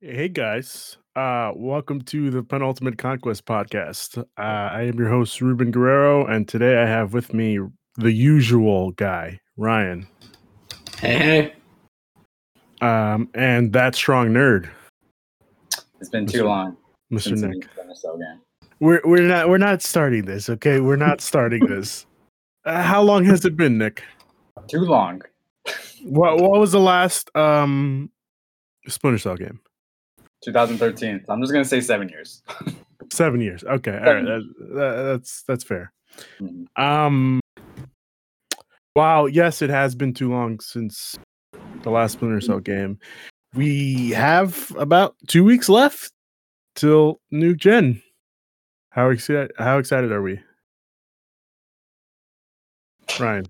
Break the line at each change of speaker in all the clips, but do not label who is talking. Hey guys, uh, welcome to the Penultimate Conquest podcast. Uh, I am your host Ruben Guerrero, and today I have with me the usual guy, Ryan,
Hey, hey.
um, and that strong nerd,
It's been too
Mr.
long
Mister
since
Nick.
we've done this again.
We're we're not we're not starting this, okay? We're not starting this. Uh, how long has it been, Nick?
Too long.
What what was the last um, Splinter Cell game?
2013. I'm just gonna say seven years.
Seven years. Okay, all right,
Seven
that, that, that's that's fair.
Mhm.
Um. Wow. Yes, it has been too long since the last Splinter Cell game. We have about two weeks left till new gen. How excited? How excited are we, Ryan?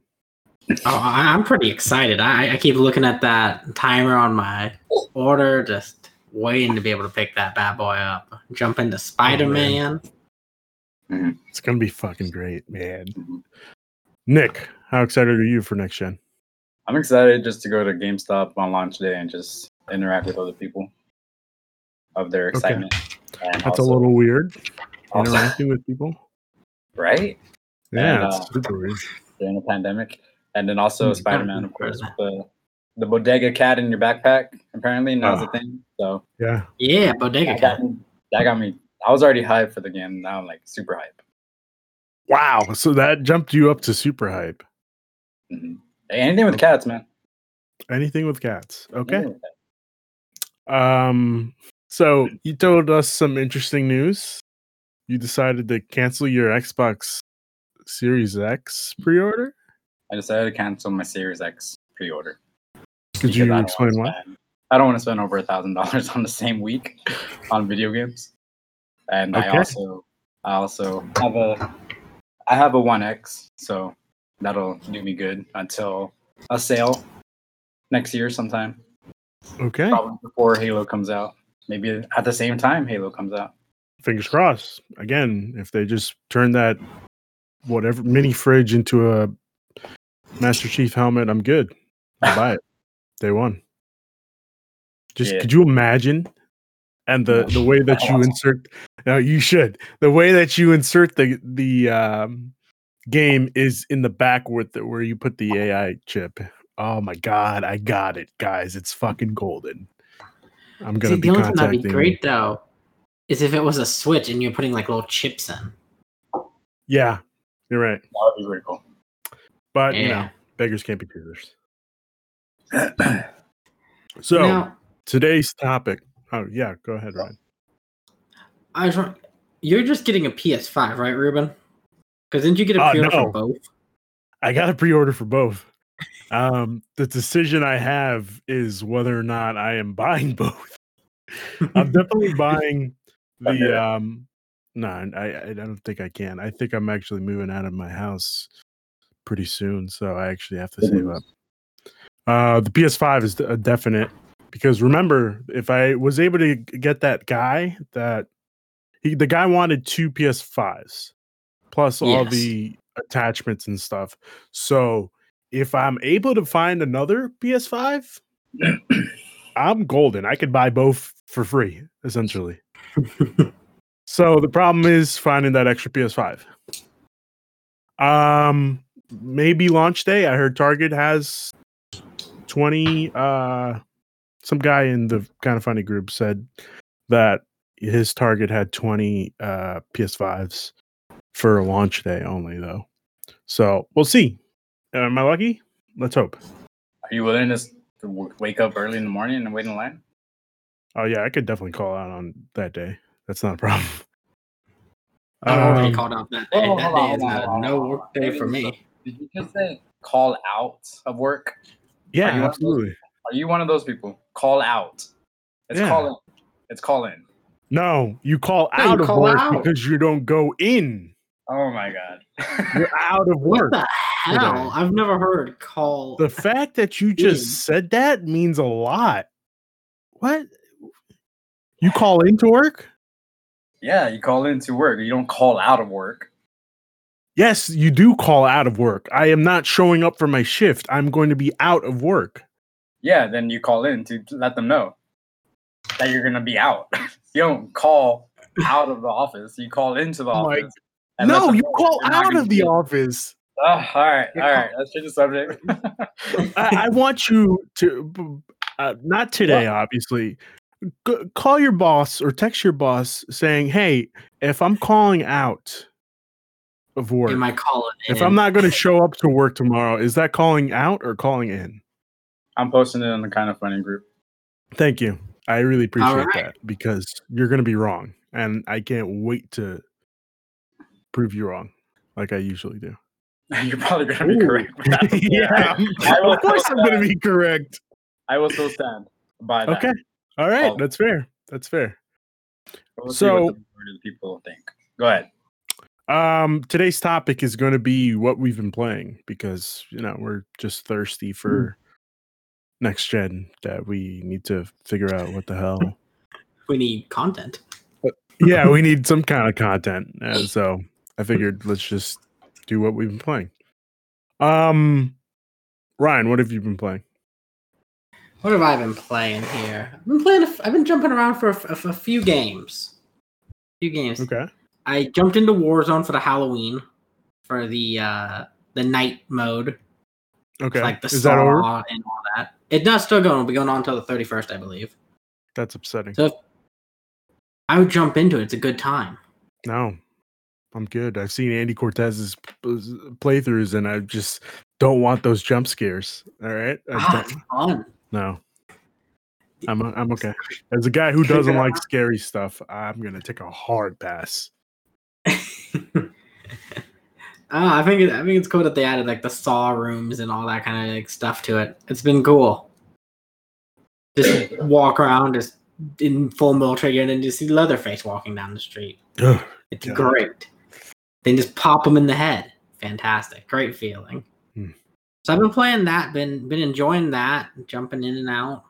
Oh, I- I'm pretty excited. I, I keep looking at that timer on my order, just waiting to be able to pick that bad boy up. Jump
Oh,
into Spider Man.
It's gonna be fucking great, man.
Mhm.
Nick, how excited are you for next gen?
I'm excited just to go to GameStop on launch day and just interact with other people of their
Okay.
excitement. And
That's a
also-
little weird.
also-
Interacting with people.
right
Yeah,
And,
it's
uh,
super weird.
during the pandemic, and then
Mm,
also
Mhm.
Spider-Man, of course, with the the bodega cat in your backpack. Apparently, now
Ah.
a thing. So
Yeah.
Yeah, Bodega
that got,
Cat.
me, that got me. I was already hyped for the game. Now I'm like super hype.
Wow. So that jumped you up to super hype.
Mhm. Anything with cats, man. Mm.
Anything with cats. Okay.
Anything with cats.
Um, so you told us some interesting news. You decided to cancel your Xbox Series X pre-order.
I decided to cancel my Series X pre-order.
Could
because I
you
don't
explain
wanna
why?
spend- I don't want to spend over a thousand dollars on the same week on video games, and
Okay.
I also I also have a I have a One X, so that'll do me good until a sale next year sometime,
Okay,
probably before Halo comes out. Maybe at the same time Halo comes out.
fingers crossed. Again, if they just turn that whatever mini fridge into a Master Chief helmet, I'm good. I'll buy it. Day one. Just
Yeah.
could you imagine? And the the way that you
Awesome.
insert now you should the way that you insert the the um, game is in the back with the, where you put the AI chip. Oh my god, I got it, guys! It's fucking golden. I'm gonna
See,
be
the only thing that'd be
contacting.
great though is if it was a Switch and you're putting like little chips in.
Uh, Yeah, you're right,
That would be really cool.
but you know
Yeah.
beggars can't be choosers. So
now,
today's topic. Oh yeah, go ahead, Ryan.
I was wrong. You're just getting a PS5, right, Ruben? Because didn't you get a
Uh,
pre-order
no.
for both?
I got a pre-order for both. Um, the decision I have is whether or not I am buying both. I'm definitely buying the. Um, no, I I I don't think I can. I think I'm actually moving out of my house pretty soon, so I actually have to save up. Uh, the PS5 is a definite because remember, if I was able to g- get that guy that he the guy wanted two PS5s plus all
Yes.
the attachments and stuff. So if I'm able to find another PS5, I'm golden. I could buy both for free, essentially. so the problem is finding that extra PS5. Um, maybe launch day. I heard Target has 20 uh some guy in the kind of funny group said that his target had 20 uh ps5s for a launch day only though so we'll see Uh, am i lucky let's hope
Are you willing to s- to w- wake up early in the morning and wait in line?
oh yeah i could definitely call out on that day that's not a problem
I already
Um,
called out that
oh,
day.
hold
that
on,
day is
hold on,
a
hold on,
no
hold on.
work day for me.
Did you just say call out of work?
yeah
you one of those
absolutely
Are you one of those people? Call out. It's
Yeah.
call in. It's call in.
no you call
No, you
out of
call
work
out.
because you don't go in
Oh my god.
you're out of
What
work
the
today.
hell? I've never heard call.
The fact that you
Mm.
just said that means a lot. What? You call into work?
yeah, you call in to work. You don't call out of work.
Yes, you do call out of work. I am not showing up for my shift. I'm going to be out of work.
Yeah, then you call in to let them know. that you're gonna be out. you don't call out of the office. You call into the
Oh my-
office. and let
No,
them
you
know
call
you're not
out
gonna
of
be
the
in.
office.
Oh, all right, all right. Let's change the subject.
I, I want you to, b- uh, not today, obviously. G- call your boss or text your boss saying, "Hey, if I'm calling out of work,
Am I calling in?
if I'm not going to show up to work tomorrow, is that calling out or calling in?"
I'm posting it on the kind of funny group.
Thank you. I really appreciate
right.
that because you're going to be wrong, and I can't wait to prove you wrong, like I usually do.
You're probably gonna be
Ooh.
correct. with that.
yeah,
I will
of course I'm going to be correct.
I will still stand by that.
Okay, all right,
Oh.
that's fair. That's fair.
We'll see what
So-
the majority of people think. Go ahead.
Um, today's topic is going to be what we've been playing because you know we're just thirsty for next gen that we need to figure out what the hell.
we need content.
yeah, we need some kind of content, and so I figured let's just do what we've been playing. Um, Ryan, what have you been playing?
What have I been playing here? I've been playing. A f- I've been jumping around for a, f- a f- a few games. few games.
Okay,
I jumped into Warzone for the Halloween, for the uh the night mode,
okay,
like the
is
saw
that over?
and all that. It's not still going. It'll be going on until the thirty first, I believe.
That's upsetting.
So if- I would jump into it. It's a good time.
No, I'm good. I've seen Andy Cortez's p- p- playthroughs, and I just don't want those jump scares. All right, I
Ah,
don't-
it's fun.
No. I'm I'm okay. As a guy who doesn't like scary stuff, I'm gonna take a hard pass.
Ah, I think it, I think it's cool that they added like the saw rooms and all that kind of like, stuff to it. It's been cool. Just walk around, just in full military unit, and just see Leatherface walking down the street. It's
Yeah.
great. Then just pop them in the head. Fantastic. Great feeling.
Hmm.
So I've been playing that, been been enjoying that, jumping in and out.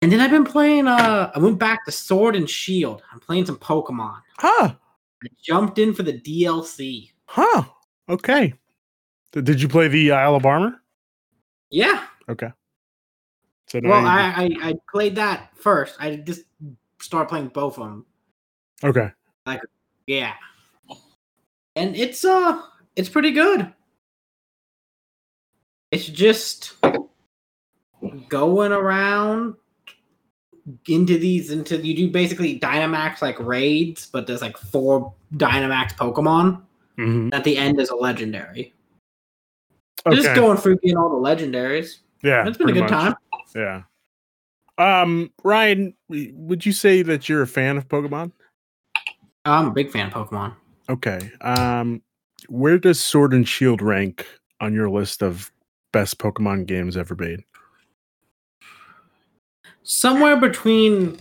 And then I've been playing uh I went back to Sword and Shield. I'm playing some Pokemon.
huh.
I jumped in for the DLC.
Huh. Okay. Th- Did you play the uh, Isle of Armor?
Yeah.
So now
Well,
you-
I, I I played that first. I just started playing both of them.
okay.
Yeah. And it's uh it's pretty good. It's just going around into these into you do basically Dynamax like raids, but there's like four Dynamax Pokemon.
Mhm.
At the end is a legendary. Just
Okay.
going through getting all the legendaries.
yeah.
it's been a
pretty
good
much.
time.
Yeah. Um, Ryan, w- would you say that you're a fan of Pokemon?
I'm a big fan of Pokemon.
Okay. Um, where does Sword and Shield rank on your list of best Pokemon games ever made?
somewhere between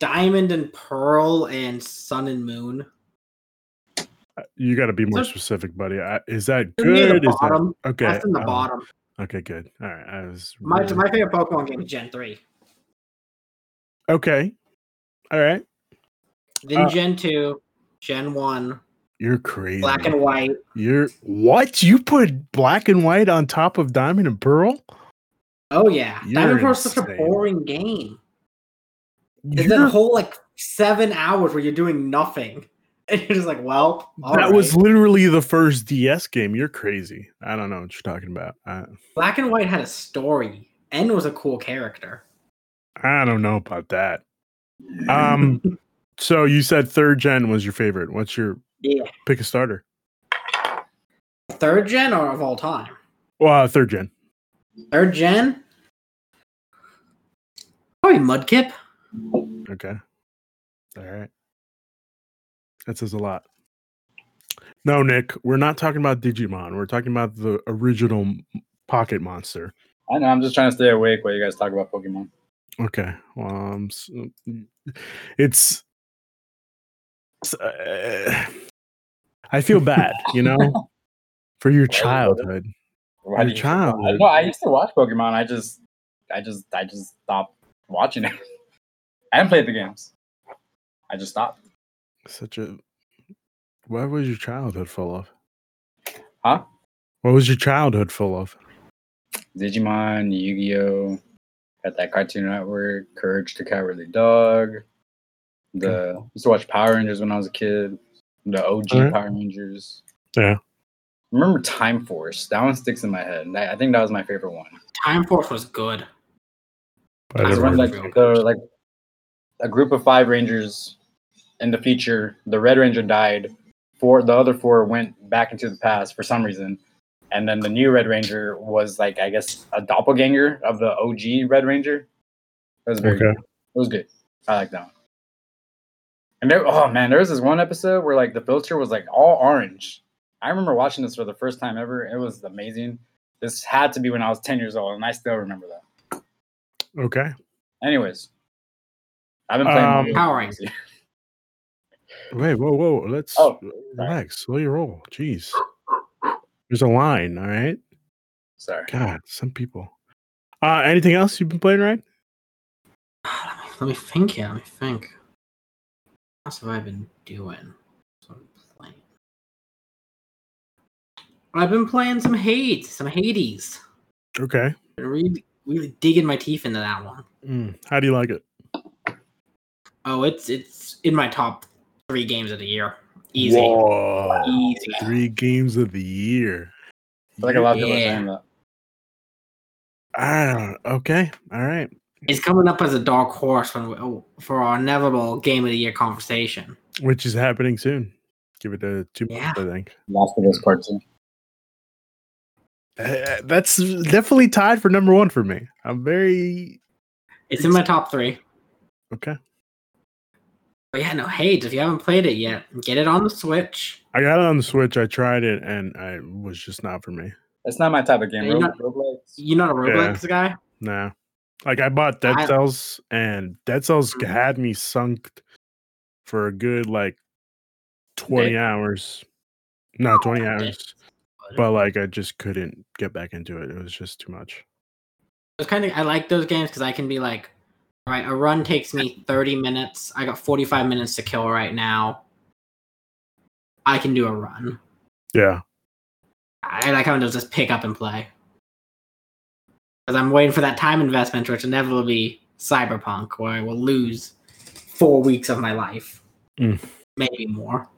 diamond and pearl and sun and moon
You got to be more
So-
specific, buddy. I, is that
It's near
good?
the
Is that
bottom
okay?
that's in the
uh,
bottom
Okay, good. All right, I was
my,
really-
my favorite pokemon game is gen 3
okay. All right,
then
Uh,
gen 2 gen 1
you're crazy.
black and white
You're what? You put black and white on top of diamond and pearl?
oh yeah diamond
You're
and pearl is such a
insane.
boring game there's
You're-
that whole like seven hours where you're doing nothing and you're just like well all
that was
right.
literally the first DS game. You're crazy. I don't know what you're talking about. I,
black and white had a story n was a cool character
I don't know about that. Um, so you said third gen was your favorite. What's your
Yeah.
Pick a starter.
third gen or of all time
Well, uh, third gen.
third gen probably mudkip
Okay. All right. That says a lot. No, Nick, we're not talking about Digimon. We're talking about the original m- Pocket Monster.
I know. I'm just trying to stay awake while you guys talk about Pokemon.
Okay. Well, um, s- it's. it's, uh, I feel bad, you know, for your childhood.
Why
Your
do you-
childhood.
No, I used to watch Pokemon. I just, I just, I just stopped watching it. I didn't play the games. I just stopped.
Such a. What was your childhood full of?
Huh?
What was your childhood full of?
Digimon, Yu-Gi-Oh, Got that Cartoon Network, Courage the Cowardly Dog. The used to watch Power Rangers when I was a kid. The OG
Alright.
Power Rangers.
Yeah.
Remember Time Force? That one sticks in my head. That- I think that was my favorite one.
Time Force was good.
I
That's
It's
never
when
heard
like
of
the
Time
the
Force.
like a group of five rangers in the future, the Red Ranger died. Four the other four went back into the past for some reason. And then the new Red Ranger was like I guess a doppelganger of the OG Red Ranger. That was very
Okay.
good. It was good. I like that one. And there oh man, there was this one episode where like the filter was like all orange. I remember watching this for the first time ever. It was amazing. This had to be when I was 10 years old, and I still remember that.
Okay.
Anyways, I've been playing
Um,
Mario
Power
Odyssey.
Wait, whoa, whoa. Let's
Oh,
relax. Slow your roll. Jeez. There's a line. All right.
Sorry.
God, some people. Uh, anything else you've been playing, right?
Let me think here. Let me think. What else have I been doing? That's what I'm playing. I've been playing some Hades, some Hades.
Okay.
Been really, really digging my teeth into that one.
Mm, How do you like it?
Oh, it's it's in my top three games of the year. Easy,
Whoa.
easy.
Three games of the year.
I like a lot of people are
Yeah.
saying that.
Ah, okay. All right.
It's coming up as a dark horse when we, oh, for our inevitable game of the year conversation.
Which is happening soon. Give it a two
Yeah.
months, I think.
Last of Us Part Two.
Uh, that's definitely tied for number one for me. I'm very
It's in my top three.
okay.
But yeah, no Hades. If you haven't played it yet, get it on the Switch.
I got it on the Switch. I tried it and I was just not for me.
It's not my type of game.
You're
Rogue-
not-
Roblox.
You're not a Roblox guy.
Nah. Like I bought Dead
I-
Cells and Dead Cells
Mhm.
had me sunk for a good like 20
Day?
hours. Not 20
Okay.
hours. But like I just couldn't get back into it. It was just too much.
it's kind of I like those games because I can be like, all right, a run takes me 30 minutes. I got 45 minutes to kill right now. I can do a run.
Yeah.
I like how it does just pick up and play. Because I'm waiting for that time investment, which inevitably be Cyberpunk, where I will lose four weeks of my life,
Mm.
maybe more.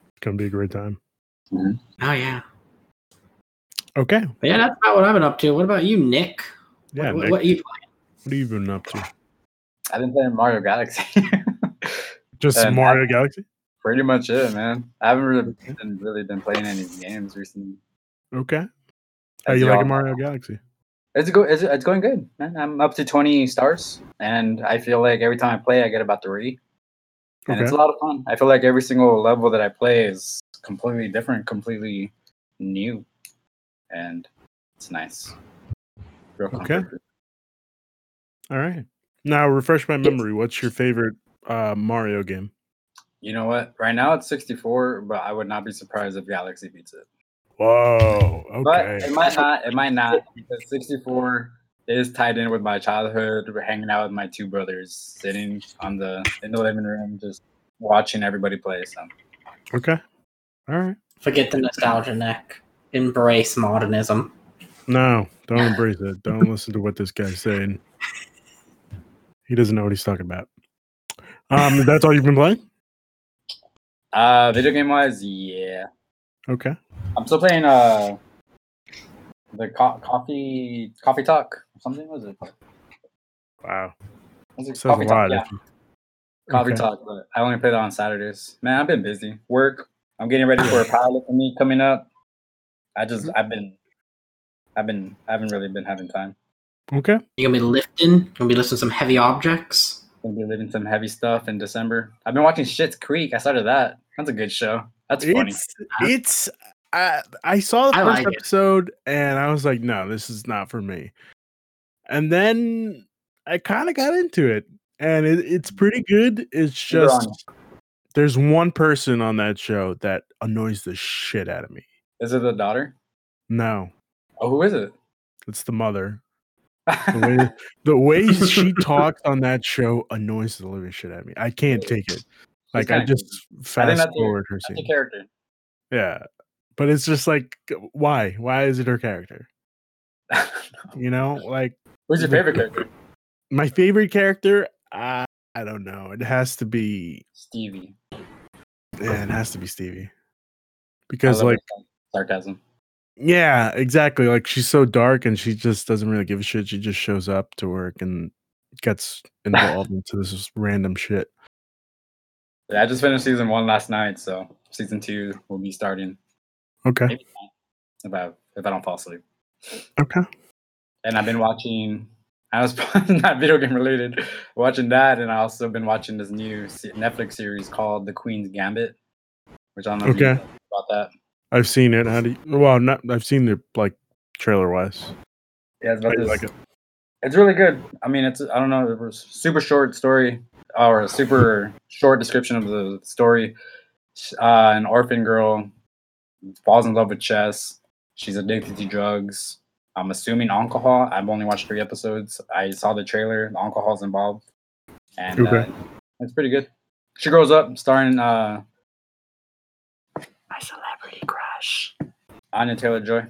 It's gonna be a great time.
Oh yeah,
Okay.
but yeah, that's about what I've been up to. What about you, Nick?
Yeah. Nick,
what, what
what,
are you
have you been up to?
I've been playing Mario Galaxy.
Just
Uh,
Mario Galaxy?
Pretty much it, man. I haven't really been, really been playing any games recently.
Okay. How Oh,
As
you like
y'all-
Mario Galaxy?
It's go. It's, it's going good. Man. I'm up to 20 stars, and I feel like every time I play, I get about three, and
Okay.
it's a lot of fun. I feel like every single level that I play is completely different, completely new, and it's nice. Real
Okay.
comfort.
All right. Now refresh my memory. What's your favorite uh Mario game?
You know what? Right now it's 64, but I would not be surprised if Galaxy beats it.
Whoa. Okay.
But it might not. It might not because 64 is tied in with my childhood. We're hanging out with my two brothers, sitting on the in the living room, just watching everybody play. So
Okay. All right.
forget the nostalgia, Nick? Embrace modernism.
No, don't embrace it. Don't listen to what this guy's saying. He doesn't know what he's talking about. Um, that's all you've been playing?
Uh, video game wise, yeah.
Okay.
I'm still playing uh the co- coffee coffee talk or something. What is it? called?
Wow.
Was it
Says a lot.
talk? Yeah,
if you-
coffee
okay.
talk. But I only play that on Saturdays. Man, I've been busy. Work. I'm getting ready for a pilot for me coming up. I
Mm-hmm.
just I've been I've been I haven't really been having time.
Okay.
You gonna be lifting? You gonna be lifting some heavy objects?
Gonna be living some heavy stuff in December. I've been watching Shit's Creek. I started that. That's a good show. That's funny.
It's it's I I saw the
I
first
like it.
episode and I was like, no, this is not for me. And then I kind of got into it, and it, it's pretty good. It's
You're
just
on.
there's one person on that show that annoys the shit out of me.
Is it the daughter?
No,
Oh, who is it?
it's the mother. The way, the way she talks on that show annoys the living shit out of me. I can't take it. Like I
kinda
just
that's
fast
her-
forward her
That's the
scene.
character.
Yeah, but it's just like, g- why? Why is it her character? You know, like
Oh Who's your favorite character?
My favorite character, I, I don't know. It has to be
Stevie.
yeah, it has to be Stevie.
I
Because
love her
like
sarcasm.
yeah, exactly. Like she's so dark and she just doesn't really give a shit. She just shows up to work and gets involved into this random shit.
Yeah, I just finished season one last night, so season two will be starting
Okay.
maybe not, if I if I don't fall asleep.
Okay.
And I've been watching. I was not video game related, watching that, and I also been watching this new se- Netflix series called The Queen's Gambit, which I don't know if you
Okay.
know about that.
I've seen it. How do you, well not I've seen it like trailer wise.
Yeah, it's
I
about this
like it.
It's really good. I mean, it's I don't know, it was super short story or a super short description of the story. Sh- Uh, an orphan girl falls in love with chess. She's addicted to drugs. I'm assuming alcohol. I've only watched three episodes. I saw the trailer. The alcohol's involved, and
Okay.
uh, it's pretty good. She grows up, starring uh, my celebrity crush, Anya Taylor Joy.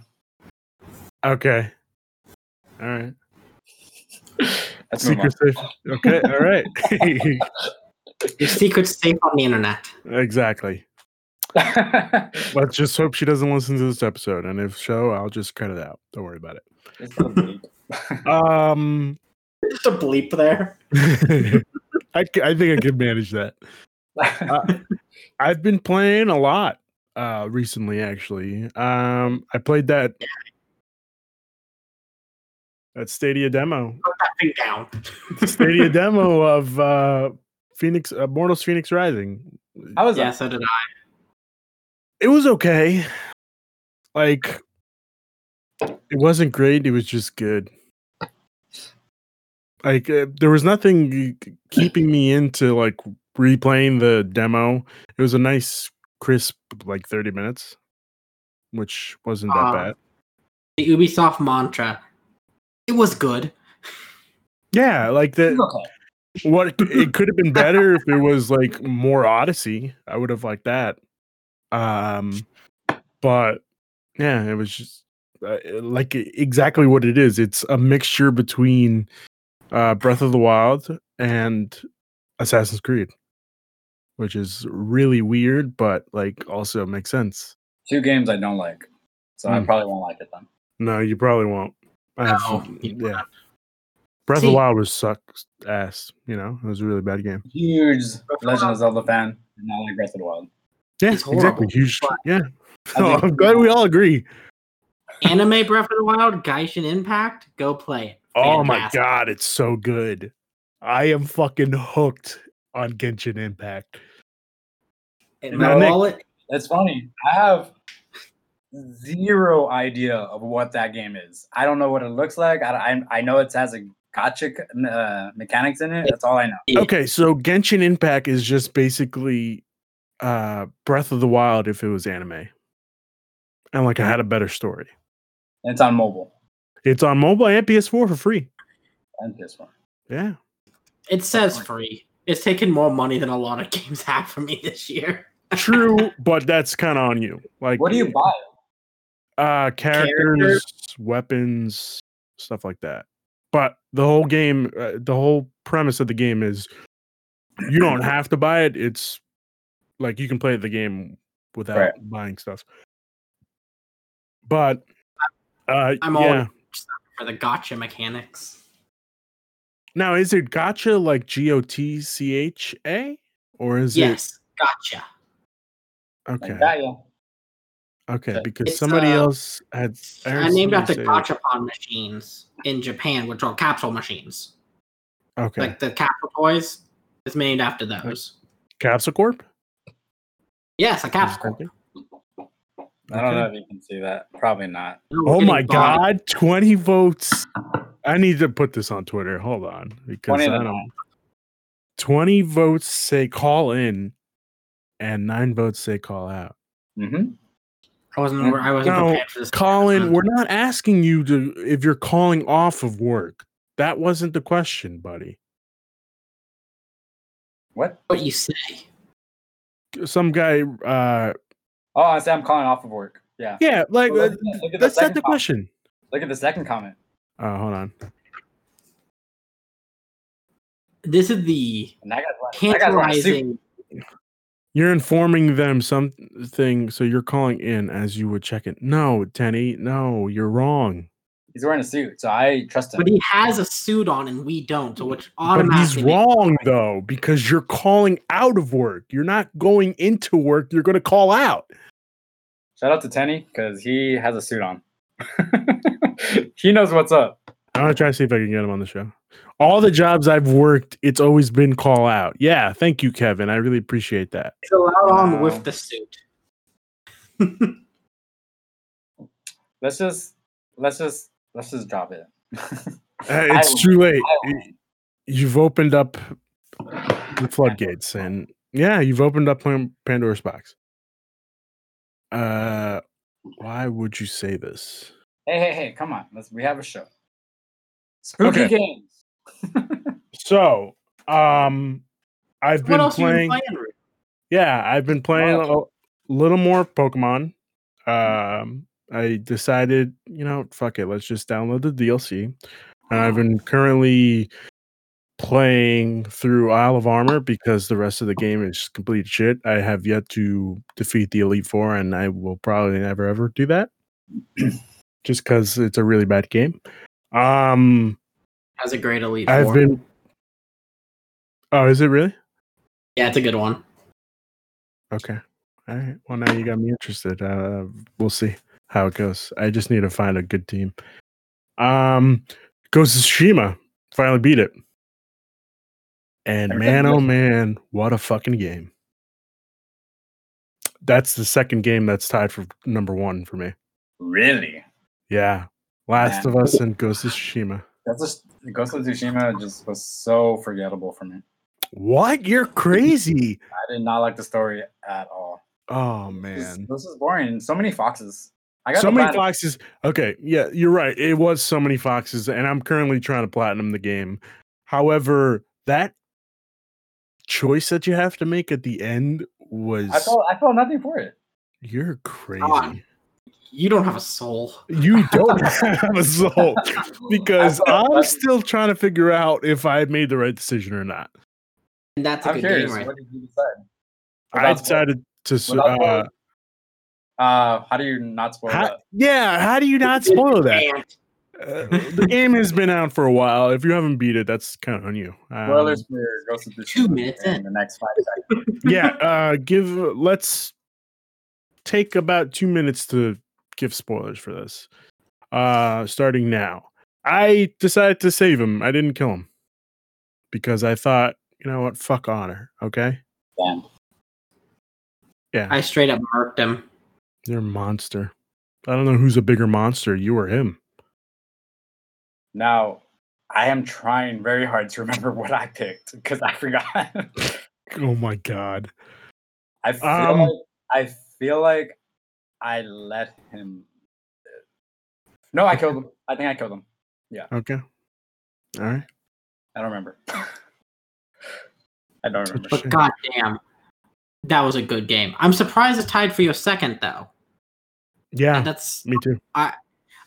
Okay. All right.
That's
Secret safe. Okay. All right.
Your secret's safe on the internet.
exactly. Let's just hope she doesn't listen to this episode. And if so, I'll just cut it out. Don't worry about it.
It's so bleak.
Um,
Just a bleep there.
I, c- I think I could manage that. I've been playing a lot uh recently actually. Um I played that that Stadia demo.
Put that thing down.
Stadia demo of uh Phoenix uh, Mortals Phoenix Rising.
I was
Yeah, so did
It was okay. Like it wasn't great, it was just good. Like uh, there was nothing g- g- keeping me into like replaying the demo. It was a nice crisp like 30 minutes, which wasn't that
Ah.
bad.
the Ubisoft mantra. It was good.
Yeah, like
It's
the
okay.
what it could have been better if it was like more Odyssey. I would have liked that. Um but yeah, it was just uh, uh, like e- exactly what it is. It's a mixture between uh Breath of the Wild and Assassin's Creed, which is really weird but like also makes sense.
Two games I don't like, so I
Hmm.
probably won't like it then.
No, you probably won't. I have-
No, you
yeah. Breath of
See-
the Wild was sucks ass, you know. It was a really bad game.
Huge Legend of Zelda fan, not like Breath of the Wild.
Yeah,
It's
exactly.
horrible,
Huge.
but-
Yeah.
I
Oh,
think-
I'm glad we all agree.
Anime Breath of the Wild, Gaishin Impact, go play it.
Oh my
Fantastic.
god, it's so good. I am fucking hooked on Genshin Impact.
In my
Now, Nick-
wallet,
It's funny. I have zero idea of what that game is. I don't know what it looks like. I I, I know it has a gotcha uh, mechanics in it. That's all I know.
Yeah.
Okay, so Genshin Impact is just basically uh Breath of the Wild if it was anime. And like I had a better story.
And it's on mobile
It's on mobile and PS4 for free.
and this one.
Yeah.
it says free. It's taken more money than a lot of games have for me this year.
True, but that's kind of on you. Like
What do you buy?
uh
Characters.
characters weapons stuff like that but the whole game uh, the whole premise of the game is you don't have to buy it it's like you can play the game without
Right.
buying stuff but uh
I'm all
yeah
for the gotcha mechanics.
now is it gotcha like g-o-t-c-h-a or is
yes, gotcha.
it okay
Like that, yeah.
okay
It's,
because somebody
uh,
else had I heard
I named
somebody
after
say-
gachapon machines in Japan, which are capsule machines.
okay
Like the capsule toys is named after those.
capsule corp
Yes, a
Just
capsule.
thinking.
I don't
Okay.
know if you can see that. Probably not.
Oh my god, 20 votes. I need to put this on Twitter. Hold on. Because
20
I
to
don't 20 votes say call in and nine votes say call out.
Mm-hmm.
I wasn't. I wasn't
No,
prepared for this.
Call in,
Um,
we're not asking you to if you're calling off of work. That wasn't the question, buddy.
What?
what you say.
Some guy uh
Oh, I say I'm calling off of work. Yeah.
yeah, like
Well,
uh,
look at the- look at the
that's not
second
the Uh,
comment.
question.
Look at the second comment.
Uh hold on.
this is the
And that guy's wearing- that guy's wearing a suit.
tantalizing.
You're informing them something, so you're calling in as you would check it. No, Tenny, no, you're wrong.
He's wearing a suit, so I trust him.
But he has a suit on and we don't, so which
But he's
automatically. makes-
wrong though, because you're calling out of work. You're not going into work. You're going to call out.
Shout out to Tenny because he has a suit on. he knows what's up.
I'm gonna try to see if I can get him on the show. All the jobs I've worked, it's always been call out. Yeah, thank you, Kevin. I really appreciate that.
He's allowed on
Wow.
with the suit.
Let's just let's just let's just drop it.
Uh,
I
it's
won't.
too late.
I
Y-
won't.
You've opened up the floodgates, and yeah, you've opened up Pan- Pandora's box. Uh, why would you say this?
hey, hey, hey! Come on, let's we have a show. Spooky
Okay.
games.
So, um, I've been
What else are you
playing.
been playing? Rick?
Yeah, I've been playing a
Wow.
little more Pokemon. Um, I decided, you know, fuck it, let's just download the DLC. And I've been currently playing through Isle of Armor because the rest of the game is complete shit. I have yet to defeat the Elite Four, and I will probably never ever do that. just because it's a really bad game. Um,
Has a great elite.
I've
Four.
been. Oh, is it really?
Yeah, it's a good one.
Okay. All right. Well, now you got me interested. Uh, we'll see how it goes. I just need to find a good team. Um, Ghost of Tsushima finally beat it. And
Everything
man,
good?
oh man, what a fucking game! That's the second game that's tied for number one for me.
Really?
Yeah, Last
Yeah.
of Us and Ghost of Tsushima.
That's just Ghost of Tsushima just was so forgettable for me.
What? You're crazy!
I did not like the story at all.
Oh
This, is-
man,
this is boring. So many foxes. I got
so
the
many
platinum.
foxes. Okay, yeah, you're right. It was so many foxes, and I'm currently trying to platinum the game. However, that choice that you have to make at the end was
I felt I felt nothing for it.
you're crazy.
on. You don't have a soul.
You don't have a soul because
I felt
I'm
nothing.
still trying to figure out if I made the right decision or not.
And that's a
I'm
good
curious.
game, right?
What did you decide?
I
Without spoil-
decided to. s-
without spoil-
Uh,
Uh, how do you not spoil
how,
that?
yeah, how do you not spoil that?
And
Uh, the game has been out for a while. If you haven't beat it, that's kind of on you. Um,
Spoilers for Ghost of Tsushima.
two minutes
in
in.
the next five seconds.
yeah uh give let's take about two minutes to give spoilers for this uh starting now i decided to save him i didn't kill him because i thought you know what fuck honor okay
Damn.
yeah
I straight up murked him.
you're a monster i don't know who's a bigger monster you or him
Now, I am trying very hard to remember what I picked because I forgot.
oh my god
I feel
Um,
like, I feel like I let him. No, I killed him. I think I killed him.
okay all right
I don't remember. I don't remember.
But-
But
Sure.
goddamn, that was a good game. I'm surprised it tied for your second though.
yeah
That's
me too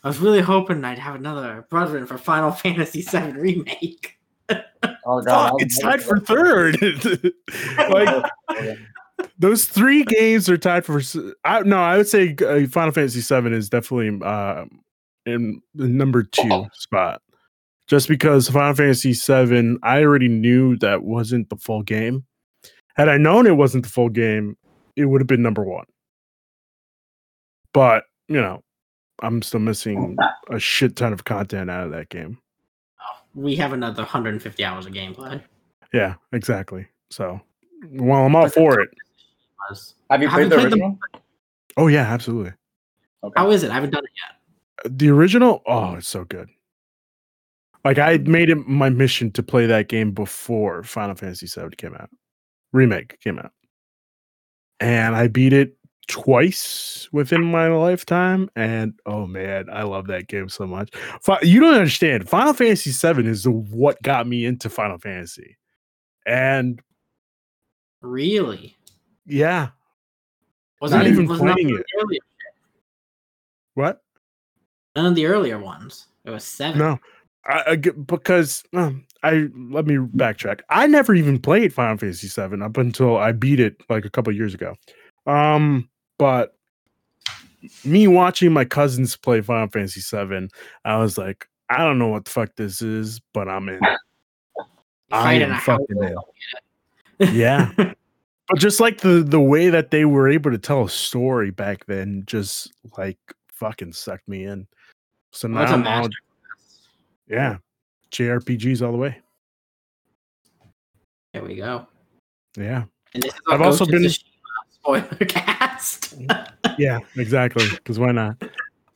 I was really hoping I'd have another brethren for Final Fantasy VII remake.
Oh
Fuck,
I was
it's
never
tied for
gonna get
third like
that.
those three games are tied for. s- I, no, I would say uh, Final Fantasy Seven is definitely uh, in the number two spot, just because Final Fantasy Seven. I already knew that wasn't the full game. Had I known it wasn't the full game, it would have been number one. But you know, I'm still missing a shit ton of content out of that game.
We have another 150 hours of gameplay.
Yeah, exactly. So, well, I'm all for it.
Have you
Haven't
played the
played them.
original?
Oh yeah, absolutely.
Okay.
How is it? I haven't done it yet.
the original oh it's so good like i made it my mission to play that game before final fantasy 7 came out remake came out and i beat it twice within my lifetime and oh man i love that game so much Fi- you don't understand final fantasy 7 is the what got me into final fantasy and
Really?
yeah
Was
Not
it
even
was none of
playing
the
it.
earlier-
what
none of the earlier ones. It was seven.
No, I, I get- because um, I let me backtrack. I never even played Final Fantasy VII up until I beat it like a couple years ago. Um, but me watching my cousins play Final Fantasy VII, I was like, I don't know what the fuck this is, but I'm in. I
Fighting
am
a
fucking
house.
in. Yeah. but just like the the way that they were able to tell a story back then, just like fucking sucked me in. So
Well, that's a
now, now
master-
yeah, JRPGs all the way.
There we go.
Yeah,
And this is
I've
our
also
Ghost of
been-
Tsushima spoiler cast.
yeah, exactly. Because why not?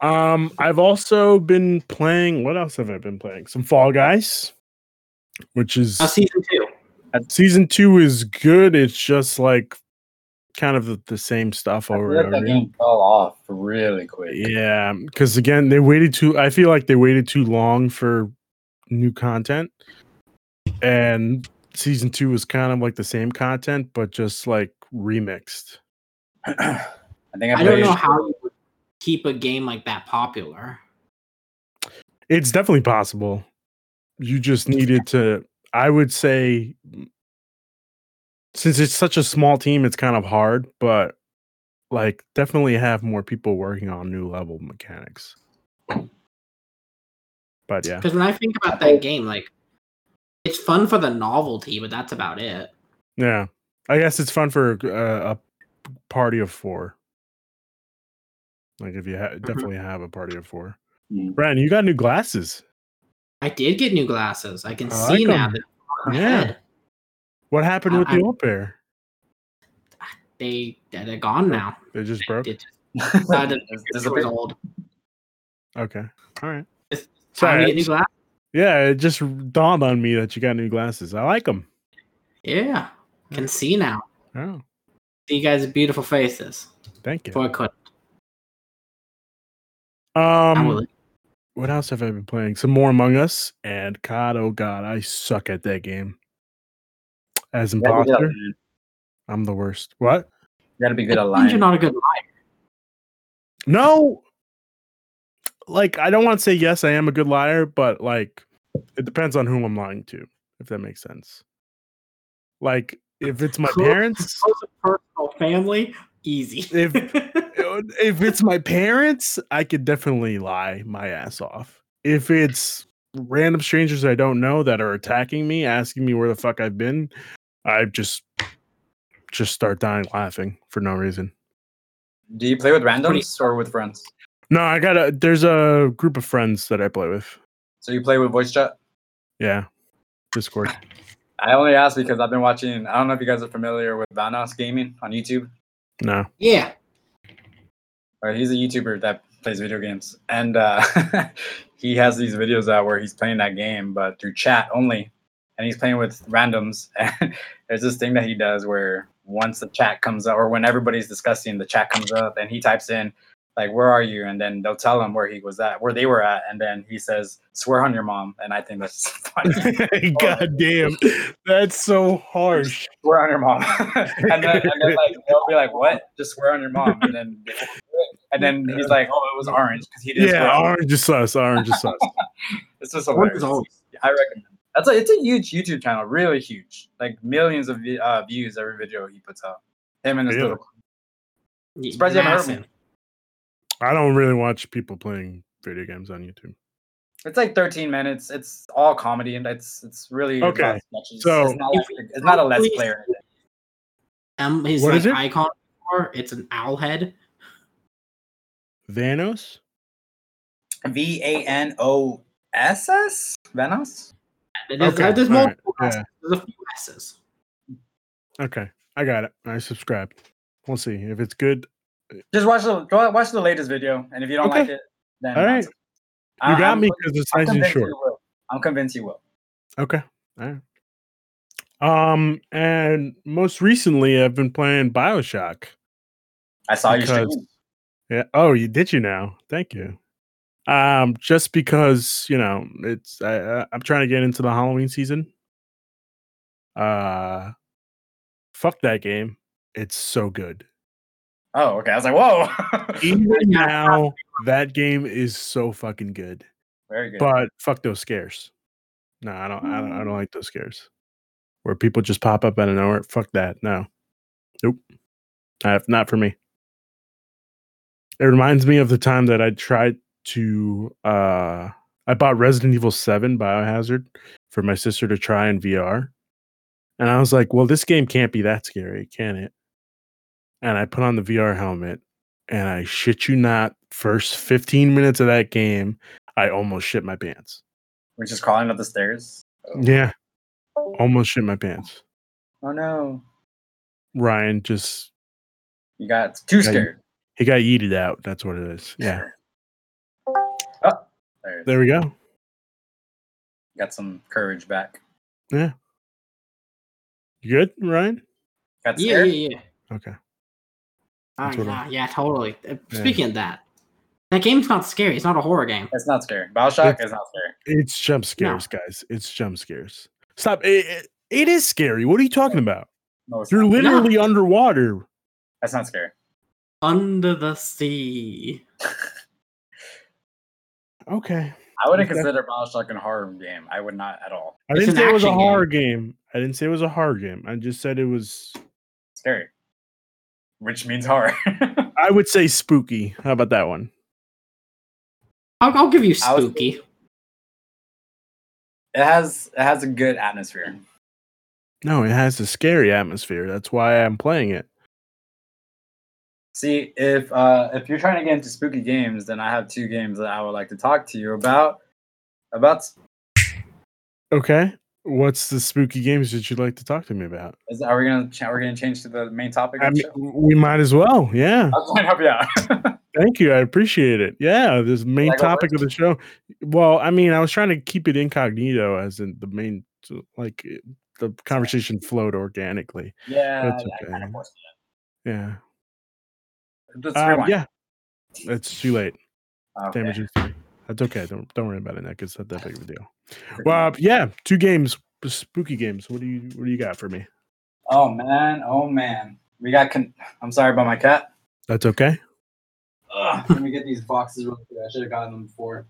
Um, I've also been playing. What else have I been playing? Some Fall Guys, which is
now season two.
season two is good. It's just like kind of the, the same stuff
I feel
over
like
and over.
that
again.
game fell off really quick.
Yeah, because again, they waited too. I feel like they waited too long for new content, and season two was kind of like the same content, but just like remixed.
I think I,
I
played
don't know how you would keep a game like that popular.
It's definitely possible. You just needed to. I would say, since it's such a small team, it's kind of hard, but like definitely have more people working on new level mechanics. But yeah,
Because when I think about that game, like it's fun for the novelty, but that's about it.
Yeah, I guess it's fun for uh, a party of four. Like if you ha- definitely have a party of four.
Mm.
Brandon, you got new glasses.
I did get new glasses. I can
I
see
like
now
'em.
that on my
Yeah.
head.
What happened
Uh,
with the
I'm-
old pair?
they that are gone now.
They just broke.
It
Just
uh, the just
disappeared.
was old.
Okay, all right.
It's Time
Sorry.
to get new
it's-
glasses.
Yeah, it just dawned on me that you got new glasses. I like them.
Yeah, can see now.
Oh,
See you guys' beautiful faces.
thank you.
Before I could, I
Um,
will.
what else have I been playing? Some more Among Us and God. Oh God, I suck at that game. As
You gotta be good at-
imposter, I'm the worst. What?
you gotta be good at
I think
lying.
you're not a good liar.
No. Like I don't want to say yes, I am a good liar, but like it depends on whom I'm lying to, if that makes sense. Like if it's my
Cool.
parents,
Close to personal family, easy.
If- uh, if it's my parents, I could definitely lie my ass off. If it's random strangers I don't know that are attacking me, asking me where the fuck I've been, I just just start dying laughing for no reason.
Do you play with randoms or with friends?
No, I got to there's a group of friends that I play with.
So you play with voice chat?
Yeah. Discord.
I only ask because I've been watching. I don't know if you guys are familiar with Vanos Gaming on YouTube.
No.
yeah,
Or he's a YouTuber that plays video games, and uh, he has these videos out where he's playing that game, but through chat only, and he's playing with randoms. And there's this thing that he does where once the chat comes up, or when everybody's discussing, the chat comes up, and he types in like, "Where are you?" and then they'll tell him where he was at, where they were at, and then he says, "Swear on your mom," and I think that's just funny.
God damn. That's so harsh.
swear on your mom. and, then, and then like they'll be like, "What?" Just swear on your mom, and then and then he's like, "Oh, it was orange because he didn't." swear
Yeah,
on her."
orange is sauce, orange is sauce.
It's just
Orange
hilarious.
is orange.
I recommend. it. That's a, it's a huge YouTube channel, really huge, like millions of vi- uh, views every video he puts out. Him and his
Really?
little.
y-
Surprised you haven't heard
massive.
I don't really watch people playing video games on YouTube.
It's like 13 minutes. It's all comedy, and it's it's really
Okay,
not much. It's,
so-
it's not, like, it's not a let's play or anything.
Um, his
What
like
is it?
icon, or it's an owl head.
Vanos?
V A N O S S Venos.
There's,
Okay,
there's
all right,
multiple
yeah.
S's. There's a few S's.
Okay. I got it. I subscribed. We'll see. If it's good,
Just watch the go- watch the latest video, and if you don't
Okay.
like it, then
All right.
that's-
you
I-
got
I'm-
me because it's
I'm
nice and
convinced you
short.
will. I'm convinced you will.
Okay. All right. Um, and most recently I've been playing Bioshock.
I saw you
Because-
streaming.
Yeah. Oh, you did you now? Thank you. Um, just because you know it's I, I, I'm trying to get into the Halloween season. Uh, fuck that game. It's so good.
Oh, okay. I was like, whoa.
Even
Yeah.
now, that game is so fucking good.
Very good.
But fuck those scares. No, I don't. I don't. I don't like those scares where people just pop up out of nowhere. Fuck that. No, nope. Uh, not for me. It reminds me of the time that I tried to. uh I bought Resident Evil Seven Biohazard for my sister to try in VR, and I was like, "Well, this game can't be that scary, can it?" And I put on the VR helmet, and I shit you not, first 15 minutes of that game, I almost shit my pants.
We're just crawling up the stairs. Oh.
Yeah, almost shit my pants.
Oh no.
Ryan just
You got
Got
too
you.
scared.
he got yeeted out. That's what it is. Yeah,
There,
there we go.
Got some courage back.
You good, Ryan?
Got
Yeah,
scared.
yeah, yeah.
Okay.
Oh,
That's what
yeah,
I'm-
yeah, totally. Uh,
Yeah.
Speaking of that, that game's not scary. It's not a horror game.
It's not scary. Bioshock is not scary.
It's jump scares, guys. It's jump scares. Stop. It, it- it is scary. What are you talking about?
No, it's
You're
not.
literally underwater.
That's not scary.
Under the sea.
Okay.
I wouldn't
Okay.
consider Bioshock a horror game. I would not at all.
I
It's
didn't
an
say it was a
action
horror game. I didn't say it was a horror game. I just said it was.
Scary. Which means horror.
I would say spooky. How about that one?
I'll, I'll give you
I was-
spooky.
it has it has a good atmosphere.
No, it has a scary atmosphere. That's why I'm playing it.
See, if uh, if you're trying to get into spooky games, then I have two games that I would like to talk to you about. About
Okay. What's the spooky games that you'd like to talk to me about?
is, are we gonna ch- we're gonna change to the main topic?
I
of the
mean,
show?
we might as well. Yeah.
I was trying to help you out.
Thank you. I appreciate it. Yeah, this main
Like a
topic of the show. Well, I mean, I was trying to keep it incognito as in the main so, like it- the conversation flowed organically.
yeah,
That's
I kind
okay.
of forced
Yeah.
it. Just
Um,
rewind.
yeah. It's too late.
Okay.
Damage is three. That's okay. Don't don't worry about it, Nick. It's not that big of a deal. Well, yeah, two games, spooky games. What do you what do you got for me?
Oh man, oh man, we got. Con- I'm sorry about my cat.
That's okay.
Ugh, let me get these boxes real quick. I should have gotten them before.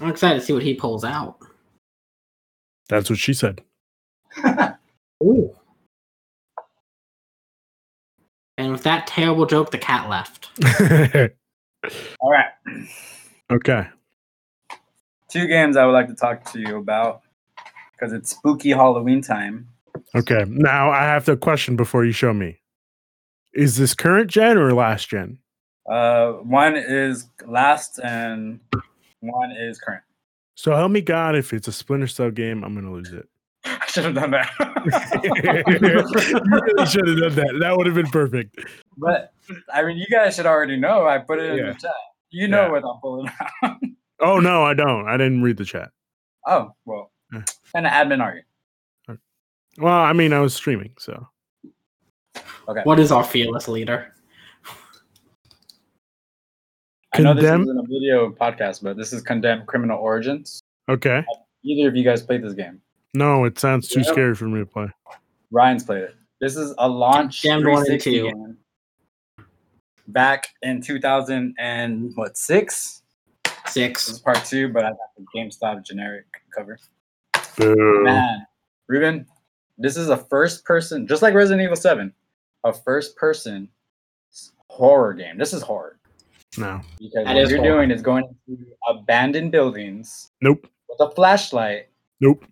I'm excited to see what he pulls out.
That's what she said.
Ooh. And with that terrible joke, the cat left.
All right,
okay.
two games I would like to talk to you about because it's spooky Halloween time.
Okay. Now I have to question before you show me. Is this current gen or last gen?
Uh, one is last and one is current.
So help me God, if it's a Splinter Cell game, I'm gonna lose it.
I should have done
you really
that.
should have done that. That would have been perfect.
but I mean, you guys should already know. I put it in
Yeah.
the chat. You know
Yeah.
what I'm pulling out.
Oh no, I don't. I didn't read the chat.
oh well,
Yeah.
kind of admin are you?
Well, I mean, I was streaming, so
What is our fearless leader?
I know this
Condemn-
isn't a video podcast, but this is Condemned Criminal Origins.
okay.
Either of you guys played this game.
No, it sounds too
Yeah.
scary for me to play.
Ryan's played it. This is a launch
Condemned one and
360
two.
game back in 2000 and what six? This is
Six.
part two, but I got the GameStop generic cover.
Boo.
Mm.
Man, Ruben, this is a first person, just like Resident Evil 7, a first person horror game. This is horror.
No.
Because
That
what
is
you're
horror.
doing is going into abandoned buildings
Nope.
with a flashlight.
Nope.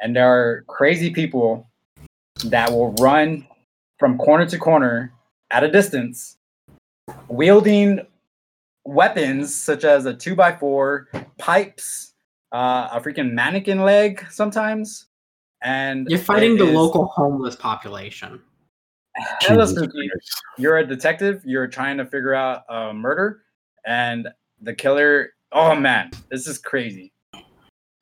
And there are crazy people that will run from corner to corner at a distance, wielding weapons such as a two by four, pipes, uh, a freaking mannequin leg sometimes. And
You're fighting
it
the
is
local homeless population.
hella
Jesus
spooky
Christ.
you're a detective you're trying to figure out a murder and the killer oh man this is crazy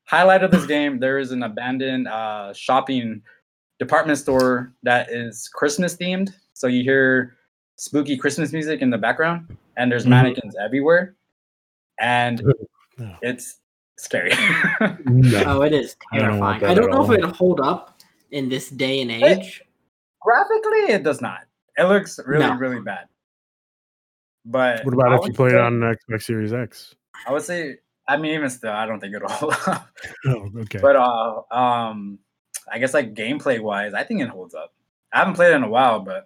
highlight of this game there is an abandoned uh, shopping department store that is christmas themed so you hear spooky christmas music in the background and there's
Mhm.
mannequins everywhere and
No.
it's scary
No.
Oh, it is
I don't
terrifying.
want
I
that
don't
at
know if
all.
it'd hold up in this day and
Hey,
age.
graphically it does not it looks really
No.
really bad but
What about
I
if you
would
play it
say-
on Xbox Series X?
I would say. I mean, even still, I don't think it'll hold up.
Oh, okay.
But uh, um, I guess like gameplay wise, I think it holds up. I haven't played it in a while, but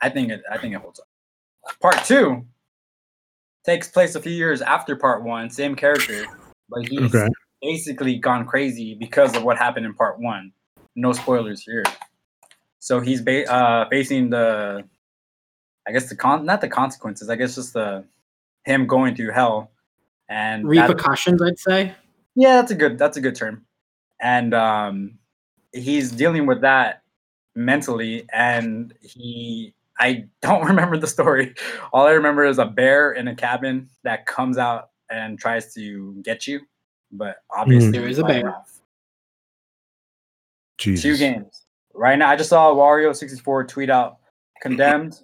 I think it. I think it holds up. Part two takes place a few years after part one. Same character, but he's
okay.
basically gone crazy because of what happened in part one. No spoilers here. So he's ba- uh, facing the, I guess the con, not the consequences. I guess just the him going through hell, and that-
Repercussions, I'd say.
yeah, that's a good that's a good term. And um he's dealing with that mentally and he I don't remember the story. All I remember is a bear in a cabin that comes out and tries to get you, but obviously
Mm.
There is a
like,
bear.
Jesus.
Two games. Right now I just saw Wario 64 tweet out condemned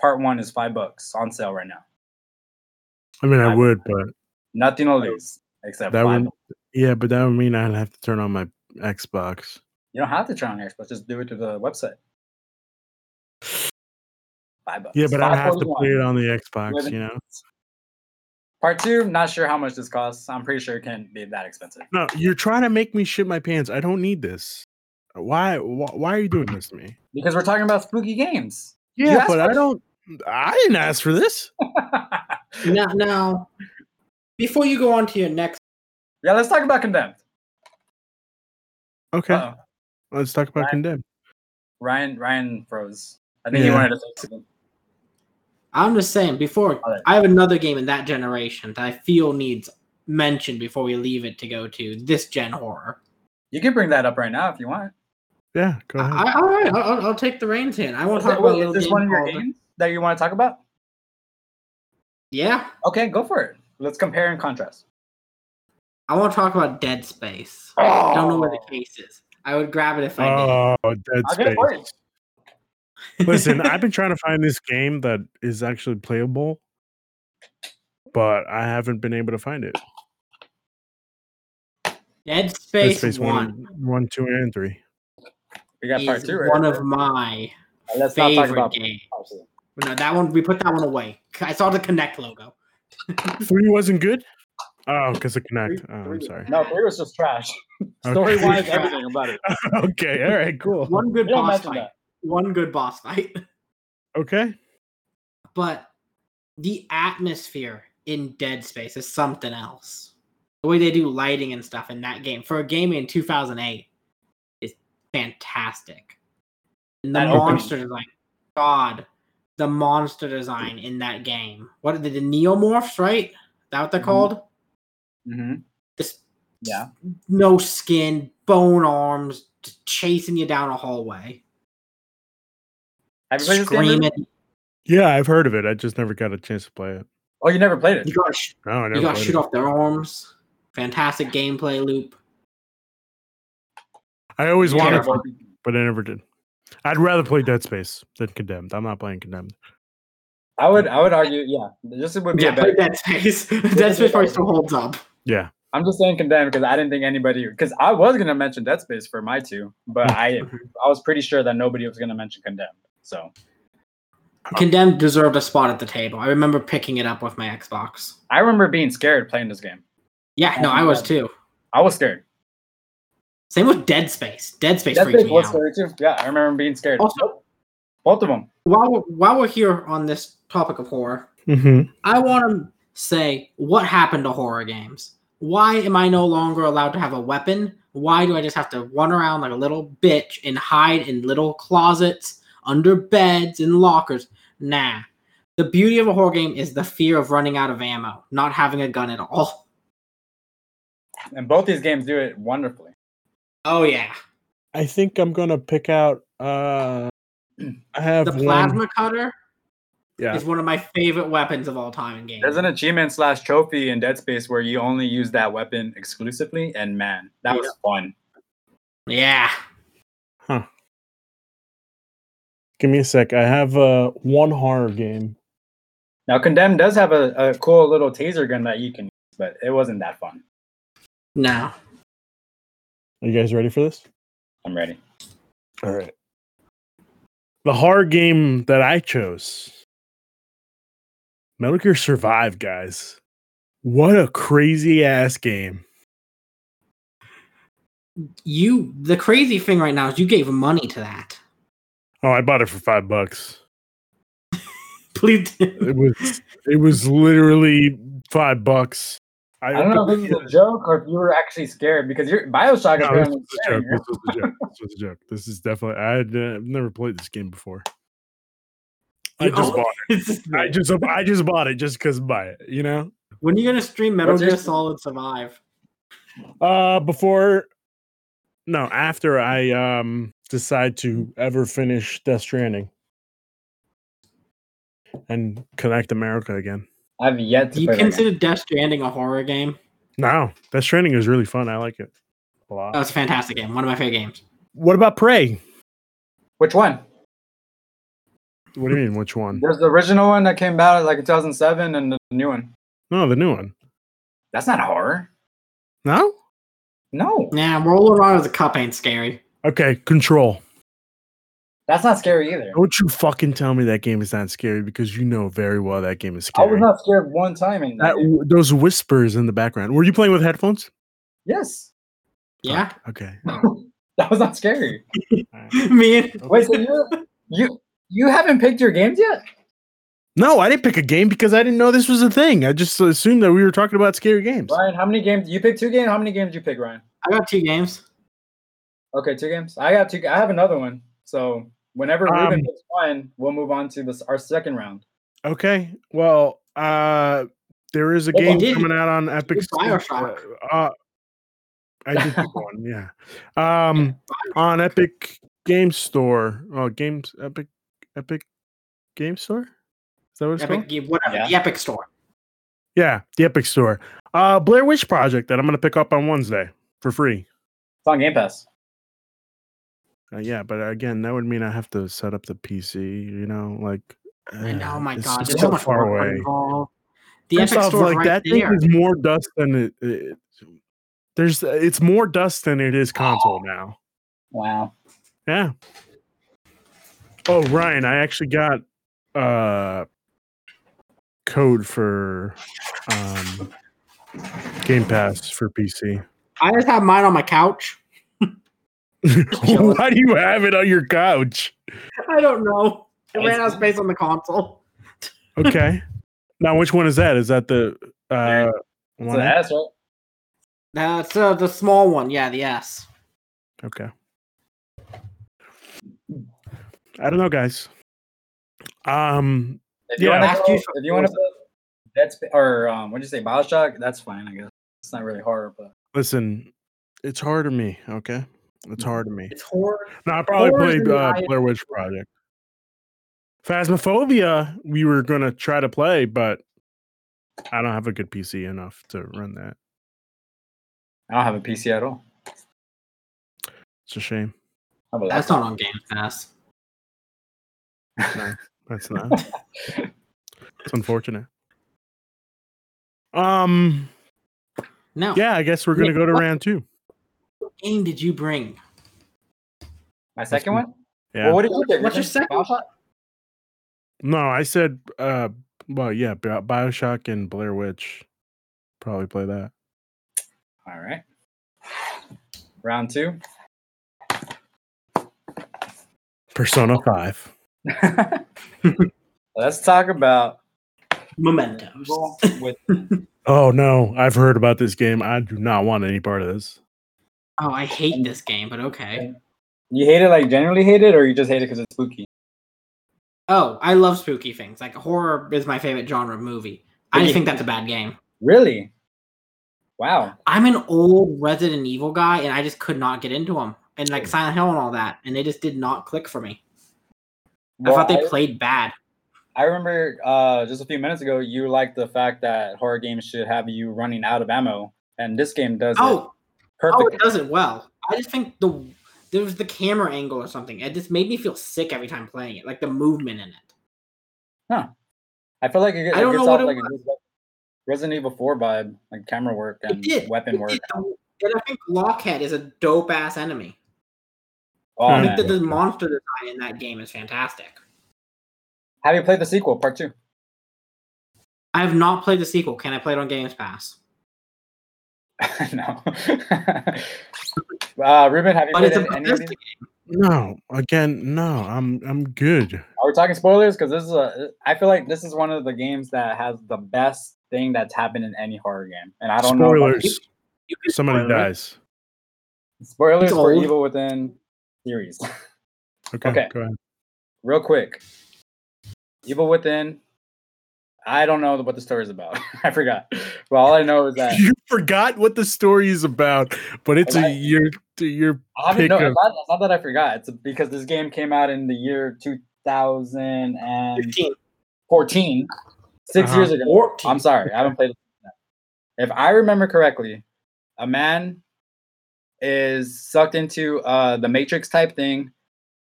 part 1 is 5 bucks on sale right now.
I mean, I
I-
would, but
Nothing to lose except
that
five
would.
bucks.
Yeah, but that would mean I'd have to turn on my Xbox.
You don't have to try on Xbox, just do it through the website. 5 bucks.
Yeah, but I'd have to
5.41.
play it on the Xbox.
Eleven
You know.
Part two, not sure how much this costs. I'm pretty sure it can't be that expensive.
No, you're trying to make me shit my pants. I don't need this. Why? Why, why are you doing this to me?
Because we're talking about spooky games. You
Yeah,
asked
but
for
I
it.
don't. I didn't ask for this.
yeah,
Now, now, before you go on to your next,
let's talk about Condemned.
Okay,
Uh,
Uh-oh.
let's talk about
Right.
condemned.
Ryan Ryan froze. I think he
Yeah.
wanted to say something.
I'm just saying. Before
Alright.
I have another game in that generation that I feel needs mention before we leave it to go to this gen horror.
You can bring that up right now if you want.
Yeah, go ahead.
I, all right, I'll, I'll- I'll take the reins here. I won't
Is,
talk
that-
about
wait,
a
is
little
this
game
one of your
called- uh,
games that you want to talk about?
Yeah,
Okay, go for it. Let's compare and contrast.
I want to talk about Dead Space. I don't know where
Oh.
the case is. I would grab it if I did.
Oh, Dead
I'll get
Oh. Space.
it for you.
Listen, I've been trying to find this game that is actually playable, but I haven't been able to find it.
Dead
Dead
Space, One,
one, two, and three.
We got part
is
two right
one
there.
of my
Let's not talk
favorite
about
games.
part two.
No, that one we put that one away. I saw the Connect logo.
Three wasn't good. Oh, because of Connect. Oh, I'm
three.
sorry.
No, three was just trash.
Okay.
Story wise, everything about it.
okay. All right. Cool.
One good
You don't
boss
mention
fight.
that.
One good boss fight.
Okay.
But the atmosphere in Dead Space is something else. The way they do lighting and stuff in that game for a game in 2008 is fantastic. And the
That opening.
monster design, God, the monster design in that game. What are they, the neomorphs? Right? Is that what they're
Mhm.
called?
Mm-hmm.
Just
Yeah.
no skin, bone arms, just chasing you down a hallway,
Have you played this game? Ruben?
screaming.
Yeah, I've heard of it. I just never got a chance to play it.
Oh, you never played it.
You gotta sh-
No, I never.
You gotta
played
shoot
it.
off their arms. Fantastic gameplay loop.
I always
You
wanted,
never
to,
played it.
but I never did. I'd rather play Dead Space than Condemned. I'm not playing Condemned.
I would, I would argue, yeah, this would be a
Yeah,
better.
Dead Space. Dead Space probably still holds up.
Yeah.
I'm just saying condemned because I didn't think anybody, because I was gonna mention Dead Space for my two, but I, I was pretty sure that nobody was gonna mention condemned. So
Condemned deserved a spot at the table. I remember picking it up with my Xbox.
I remember being scared playing this game.
Yeah, no, I was too.
I was scared.
Same with Dead Space. Dead Space
Dead
freaked
Space
me
was
out.
scary too. Yeah, I remember being scared.
Also,
Both of them.
while we're, while we're here on this topic of horror,
Mm-hmm.
I want to say what happened to horror games. Why am I no longer allowed to have a weapon? Why do I just have to run around like a little bitch and hide in little closets, under beds, and lockers? Nah. The beauty of a horror game is the fear of running out of ammo, not having a gun at all.
And both these games do it wonderfully.
Oh, yeah.
I think I'm gonna pick out. uh I have
The
one.
plasma cutter
Yeah.
is one of my favorite weapons of all time in games.
There's an achievement slash trophy in Dead Space where you only use that weapon exclusively, and man, that was fun.
Yeah.
Give me a sec. I have uh, one horror game.
Now, Condemned does have a, a cool little taser gun that you can use, but it wasn't that fun.
No.
Are you guys ready for this?
I'm ready.
All right. The horror game that I chose Metal Gear Survive, guys. What a crazy ass game.
You the crazy thing right now is you gave money to that.
Oh, I bought it for five bucks.
Please do.
It was it was literally five bucks.
I don't know if this is a joke or if you were actually scared because your Bioshock
No, this
apparently
was
was
a joke.
scared,
This was a joke. This was a joke. This is definitely. I had, uh, never played this game before. I
You
just
own-
bought
It's-
it. I just I just bought it just because buy it. You know.
when are you gonna stream Metal
What's
Gear
your-
Solid Survive?
Uh, before, no, after I um decide to ever finish Death Stranding and connect America again.
I've yet to
Do you
play that game.
consider Death Stranding a horror game?
No, Death Stranding is really fun. I like it a lot.
That was a fantastic game. One of my favorite games.
Uh, what about Prey?
Which one?
What do you mean? Which one?
There's the original one that came out like in 2007 and the new one.
No, the new one.
That's not horror.
No.
No,
Yeah, rolling around with a cup ain't scary.
Okay, Control.
that's not scary either.
Don't you fucking tell me that game is not scary because you know very well that game is
I
scary.
was not scared one time in that.
That-
game.
those whispers in the background. Were you playing with headphones?
yes,
Yeah.
Okay.
that was not scary.
Me and
Wait, so you you you haven't picked your games yet?
No, I didn't pick a game because I didn't know this was a thing. I just assumed that we were talking about scary games.
Ryan, how many games? You picked two games. How many games did you pick, Ryan?
I got two games.
Okay, two games. I got two. I have another one. So whenever Ruben
Um,
picks one, we'll move on to this our second round.
Okay. Well, uh there is a
Hold
game
on.
coming out on Epic.
did Bioshock.
Uh, uh, I did pick one, yeah. Um on Epic Game Store. Oh, games Epic Epic Game Store? Is that what it's called?
Epic, whatever.
Yeah.
The Epic Store.
Yeah, the Epic Store. Uh Blair Witch Project that I'm gonna pick up on Wednesday for free.
It's on Game Pass.
Uh, yeah, but again, that would mean I have to set up the PC. You know, like
I know,
uh,
oh my
it's-
god,
it's
there's
so
so much
far
work
away.
involved. The
First
Epic
off,
Store
like
right
that
there.
thing is more dust than it, it- There's uh, it's more dust than it is
Oh.
console now.
Wow.
Yeah. Oh, Ryan, I actually got uh code for um Game Pass for PC.
I just have mine on my couch. Chilling.
Why do you have it on your couch?
I don't know. It ran
Nice.
out of space on the console.
Okay. now, which one is that? Is that the uh
It's
one
an
X?
ass, right?
That's uh, the small one. Yeah, the S.
Okay. I don't know, guys. Um,
If you
Yeah.
want
Ask
to, go,
you
if
for-
you want to, that's or um, what did you say, Bioshock? That's fine, I guess. It's not really horror, but
listen, it's hard on me. Okay, it's hard on me.
It's horror.
No, I probably
horror's
played
in the
uh,
eye.
Blair Witch Project. Phasmophobia, we were gonna try to play, but I don't have a good PC enough to run that.
I don't have a PC at all.
It's a shame.
I have a
That's
laptop.
not on Game Pass.
That's not. it's unfortunate. Um.
No.
Yeah, I guess we're gonna go to round two.
What game did you bring?
my second
That's-
one.
Yeah.
Well, what did you pick?
What's your
Richard?
second
Bioshock?
No, I said, uh, well, yeah, Bi- Bioshock and Blair Witch. Probably play that.
All right. Round two.
Persona 5.
Let's talk about
Mementos.
Evil with
Oh, no. I've heard about this game. I do not want any part of this.
Oh, I hate this game, but okay.
you hate it like generally hate it, or you just hate it because it's spooky.
Oh, I love spooky things. Like horror is my favorite genre of movie. I just think that's a bad game.
Really? Wow.
I'm an old Resident Evil guy, and I just could not get into them, and like Silent Hill and all that, and they just did not click for me. I
Well,
thought they
I-
played bad.
I remember uh, just a few minutes ago you liked the fact that horror games should have you running out of ammo, and this game does it
Oh, oh,
perfectly.
it does it well. I just think the there was the camera angle or something. It just made me feel sick every time playing it, like the movement in it.
I feel like it, it
I don't
gets
know
off
what it
like a good Re- Resident Evil 4 vibe, like camera work
It
and
did.
weapon
it
work.
did, though. And I think Lockhead is a dope ass enemy.
Oh,
Yeah.
I think
man.
that the monster design in that game is fantastic.
Have you played the sequel, part two?
I have not played the sequel. Can I play it on Games Pass?
no. uh, Ruben, have you
But
played
it's a
any- any of
Bethesda
these?
game.
No, again, no. I'm I'm good.
Are we talking spoilers? Because this is a. I feel like this is one of the games that has the best thing that's happened in any horror game, and I don't know. about-
Spoilers.
You can
Somebody
spoil it.
dies.
Spoilers
It's
for
old.
Evil Within series.
Okay,
Okay.
go ahead.
Real quick, Evil Within. I don't know what the story is about. I forgot. But all I know is that
You forgot what the story is about, but it's a
Right.
your your
I haven't, no,
pick
it's,
of-
not, it's not that I forgot. It's because this game came out in the year 2014,
15,
6
Uh-huh.
years ago.
14.
I'm sorry, I haven't played. it. If I remember correctly, a man is sucked into uh, the Matrix type thing,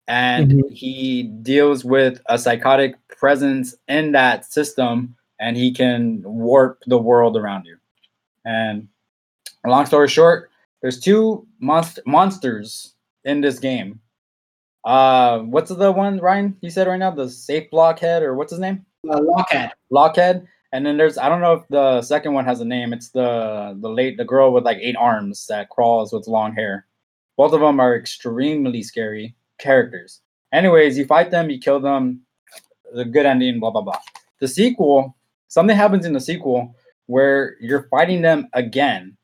and
Mhm.
he deals with a psychotic presence in that system, and he can warp the world around you. And long story short, there's two monst- monsters in this game. Uh, what's the one Ryan? You said right now the safe blockhead, or what's his name?
Uh, Lockhead.
Lockhead. And then there's I don't know if the second one has a name. It's the the late the girl with like eight arms that crawls with long hair. Both of them are extremely scary characters. Anyways, you fight them, you kill them, the good ending, blah blah blah. The sequel, something happens in the sequel where you're fighting them again,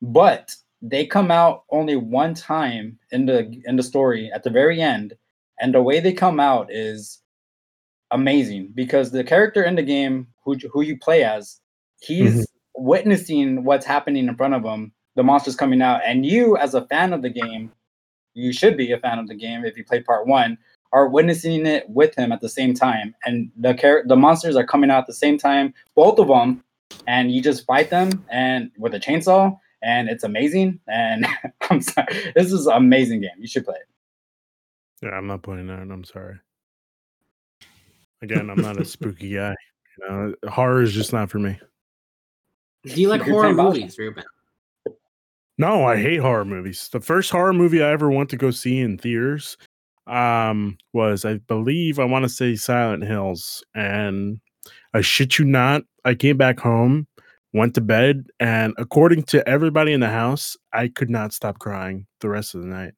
but they come out only one time in the in the story at the very end, and the way they come out is amazing because the character in the game who who you play as, he's witnessing what's happening in front of him, the monsters coming out, and you as a fan of the game, you should be a fan of the game if you played part one, are witnessing it with him at the same time, and the char- the monsters are coming out at the same time, both of them, and you just fight them and with a chainsaw. And it's amazing, and I'm sorry. This is an amazing game. You should play it.
Yeah, I'm not playing that. I'm sorry. Again, I'm not a spooky guy. You know, horror is just not for me.
Do you like
You're
horror
talking about-
movies, Ruben?
No, I hate horror movies. The first horror movie I ever went to go see in theaters um was I believe I want to say Silent Hills and I shit you not, I came back home, went to bed and according to everybody in the house, I could not stop crying the rest of the night.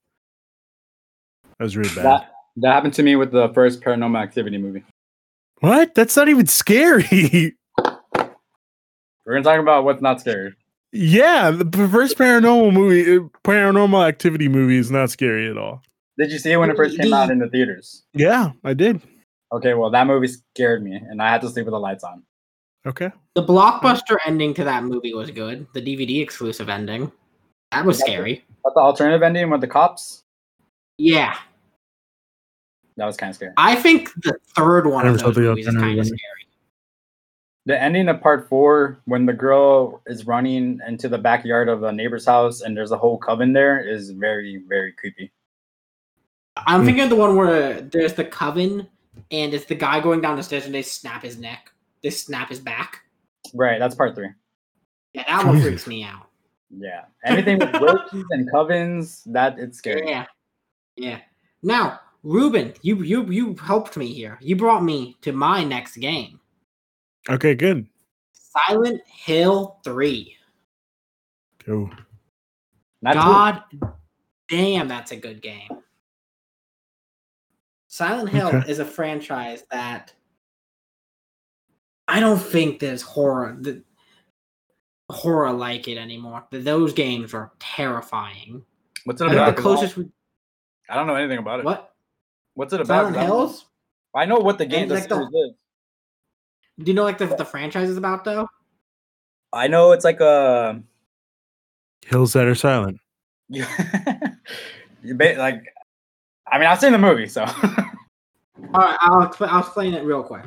That was really bad.
That that happened to me with the first Paranormal Activity movie.
what? That's not even scary.
We're gonna talk about what's not scary.
yeah, the p- first paranormal movie, uh, paranormal activity movie is not scary at all.
Did you see it when it first came out in the theaters?
Yeah, I did.
Okay, well that movie scared me, and I had to sleep with the lights on.
Okay.
The blockbuster ending to that movie was good. The DVD exclusive ending. That was scary.
But the alternative ending with the cops,
Yeah.
that was kind of scary.
I think the third one
I
of
never saw
those
the
movies is
alternative
kind of
ending.
scary.
The ending of part four, when the girl is running into the backyard of a neighbor's house, and there's a whole coven there, is very very creepy.
I'm
Hmm.
thinking of the one where there's the coven and it's the guy going down the stairs and they snap his neck. They snap his back.
Right, that's part three.
Yeah, that one freaks me out.
Yeah, anything with witches and covens, that it's scary.
Yeah. Yeah. Now, Ruben, you you you helped me here. You brought me to my next game.
Okay, good.
Silent Hill 3.
Go.
Not two.
God damn, that's a good game. Silent Hill
Okay.
is a franchise that I don't think there's horror the horror like it anymore. Th- Those games are terrifying.
What's it
I
Yeah,
about?
think the
'Cause
closest we
I don't know anything about it.
what
What's it about?
Silent
'Cause I don't-
Hills?
I know what the game
And
the
like the-
series is.
Do you know like the the franchise is about though?
I know it's like uh, a
Hills that are silent.
you, you ba- like i mean i've seen the movie so
All right, I'll expl- I'll explain it real quick.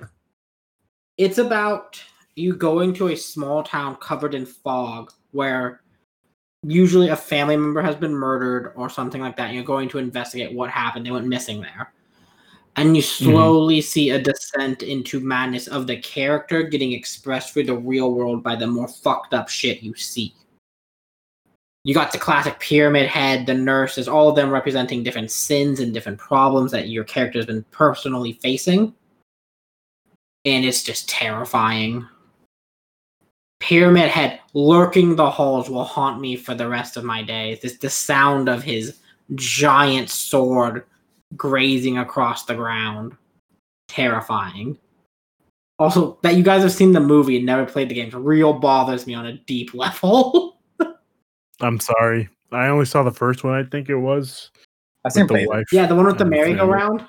It's about you going to a small town covered in fog where usually a family member has been murdered or something like that. and You're going to investigate what happened. They went missing there. And you slowly see a descent into madness of the character getting expressed through the real world by the more fucked up shit you see. You got the classic pyramid head, the nurses, all of them representing different sins and different problems that your character's been personally facing. And it's just terrifying. Pyramid Head lurking the halls will haunt me for the rest of my days. This the sound of his giant sword grazing across the ground. Terrifying. Also, that you guys have seen the movie and never played the games real bothers me on a deep level.
I'm sorry. I only saw the first one. I think it was
I seen
the
play.
wife.
yeah, the one with the
and family.
merry-go-round.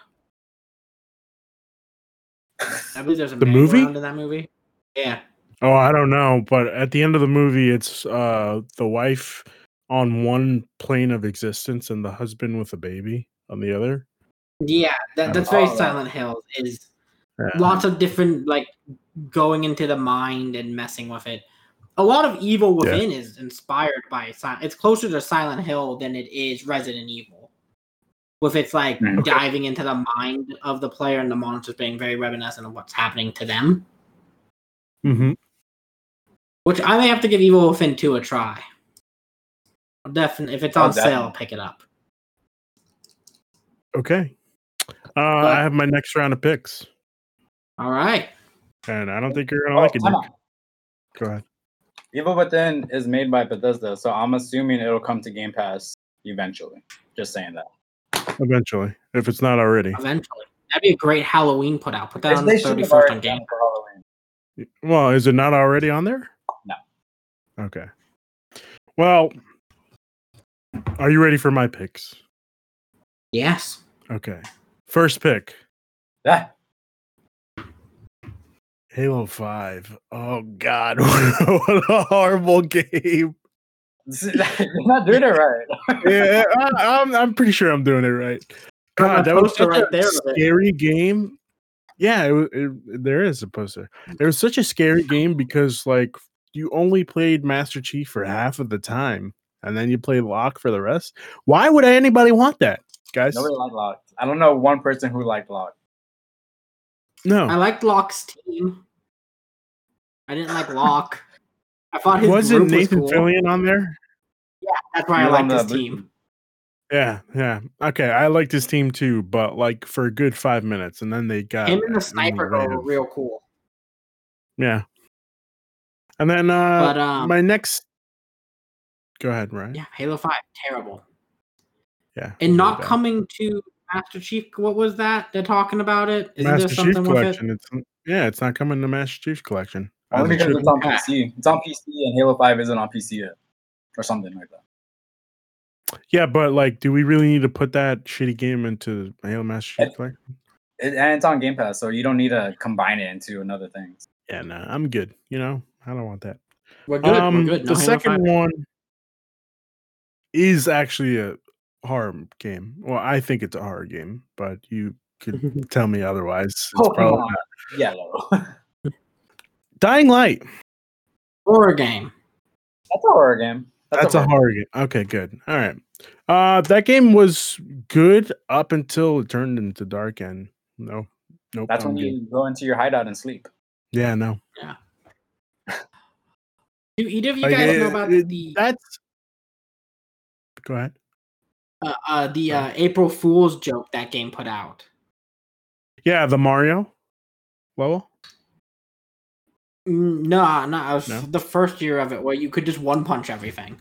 I believe there's a
The movie?
merry-go-round in that movie. Yeah.
Oh, I don't know, but at the end of the movie, it's uh the wife on one plane of existence and the husband with a baby on the other.
Yeah,
Um,
that, that's very
Oh.
Silent Hill. Is
Yeah.
lots of different like going into the mind and messing with it. A lot of Evil
Yeah.
Within is inspired by Silent. It's closer to Silent Hill than it is Resident Evil, with its like
Mm. Okay.
diving into the mind of the player and the monsters being very reminiscent of what's happening to them.
Mhm.
Which I may have to give Evil Within two a try. Definitely, if it's
Oh,
on sale,
definitely.
I'll pick it up.
Okay. Uh, I have my next round of picks,
All right.
and I don't think you're gonna
Oh,
like it.
time
Nick.
out.
Go ahead.
Evil Within is made by Bethesda, so I'm assuming it'll come to Game Pass eventually. Just saying that.
Eventually, if it's not already.
Eventually, that'd be a great Halloween put out. Put that on the
They should
thirty
have
first
already done
on Game.
it for Halloween.
Well, is it not already on there?
No.
Okay. Well, are you ready for my picks?
Yes.
Okay. First pick.
Yeah.
Halo 5. Oh god, what a horrible game.
You're not doing it right.
Yeah, I, am I'm pretty sure I'm doing it right.
Got my
God, that was
poster
such
right
a
there of it.
scary game. Yeah, it, wa- it- there is a poster. It was such a scary game because like you only played Master Chief for half of the time, and then you played Locke for the rest. Why would anybody want that, guys?
Nobody liked Lock. I don't know one person who liked Lock.
no,
I liked Locke's team. I didn't like Locke. I thought his
wasn't
group
Nathan
was cool.
Fillion on there?
That's why I
You're on
liked his
the blue
team.
Yeah, yeah. Okay, I liked his team too, but like for a good five minutes, and then they got
Him and the
in
sniper
way
girl were
of-
real cool.
Yeah. And then uh
But um,
my next Go ahead, Ryan.
yeah, Halo Five terrible.
Yeah.
And
really
not
bad.
coming to Master Chief. What was that? They're talking about it. Isn't there
Master Chief
something with it?
collection. It's yeah, it's not coming to Master Chief collection. I
Only
was
because
tripping.
it's on
Yeah.
PC. It's on PC and Halo 5 isn't on PC yet. Or something like that.
yeah, but like do we really need to put that shitty game into Halo Master Chief
It-
collection?
It, and it's on Game Pass, so you don't need to combine it into another thing.
Yeah, no, I'm good. You know, I don't want that.
We're good.
Um,
we're good. No
the
Halo
second
5.
one is actually a horror game. Well, I think it's a horror game, but you
Mm-hmm.
could tell me otherwise. It's probably
Pokemon.
not.
Yellow. That's
Dying Light.
horror game.
a horror game.
That's a
horror-
horror game. Okay, good. All right. Uh that game was good up until it turned into dark and no. Nope.
That's when
I'm good.
you go into your hideout and sleep.
Yeah, no.
Do either of you
Like,
guys
it-
know about
it-
the
That's Go ahead.
uh, uh, the uh, April Fool's joke that game put out?
Yeah, the Mario level.
Mm, No, no, I was
No?
the first year of it where you could just one punch everything.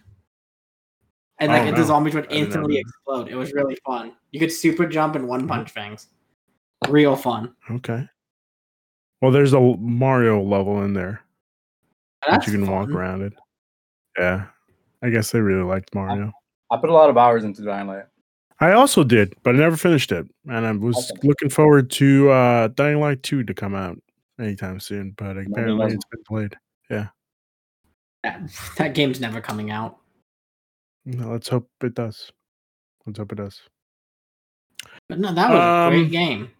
And
Oh,
like the
no.
zombies would
I didn't know
instantly
that. Mm-hmm.
explode. It was really fun. You could super jump and one punch things. Real fun.
Okay. Well, there's a l- Mario level in there
That's
that you can walk
fun.
around it. Yeah. I guess they really liked Mario.
I put a lot of hours into Dying Light.
I also did, but I never finished it. And I was
Okay.
looking forward to uh Dying Light 2 to come out anytime soon, but apparently
doesn't.
it's been delayed.
That, that game's never coming out.
No, let's hope it does. Let's hope it does.
But no, that was a
Um,
great game.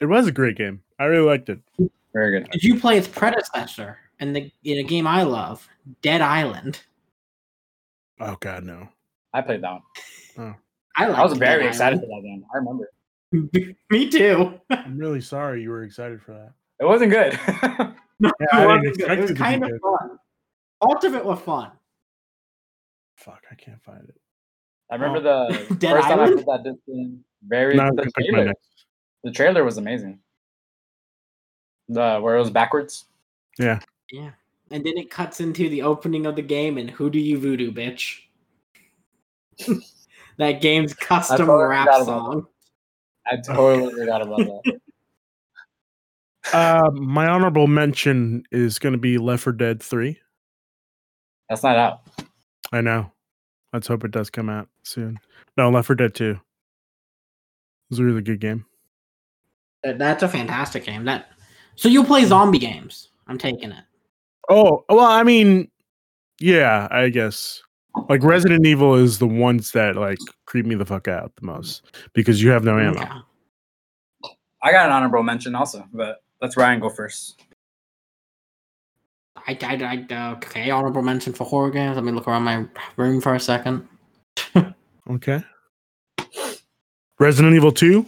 It was a great game. I really liked it.
Very good.
Did you play its predecessor in the in a game I love, Dead Island?
Oh god, no.
I played that one.
I,
I was
liked
very
Dead
excited for that game. I remember. it.
Island. Me too.
I'm really sorry you were excited for that.
It wasn't good.
Yeah,
It
I
wasn't
didn't
good.
expect
It was
it to be
kind of
good.
fun. Parts of it were fun.
Fuck, I can't find it.
I remember the
Dead
first time I
Island?
put that disc in. Very
Now I'm
the
gonna pick my
trailer.
next-
The trailer was amazing. The where it was backwards.
Yeah. And then it cuts into the opening of the game and who do you voodoo, bitch? that game's custom
totally
rap
forgot about
song.
I totally forgot about that.
Uh, my honorable mention is going to be Left 4 Dead 3.
That's not out.
I know. Let's hope it does come out soon. No, Left 4 Dead 2. It was a really good game.
That- That's a fantastic game. That so you'll play zombie games. I'm taking it.
Oh, well, I mean, yeah, I guess. Like Resident Evil is the ones that like creep me the fuck out the most because you have no ammo.
Yeah.
I got an honorable mention also, but let's Ryan go first.
I, I, I uh, okay. Honorable mention for horror games. Let me look around my room for a second.
Okay. Resident Evil 2,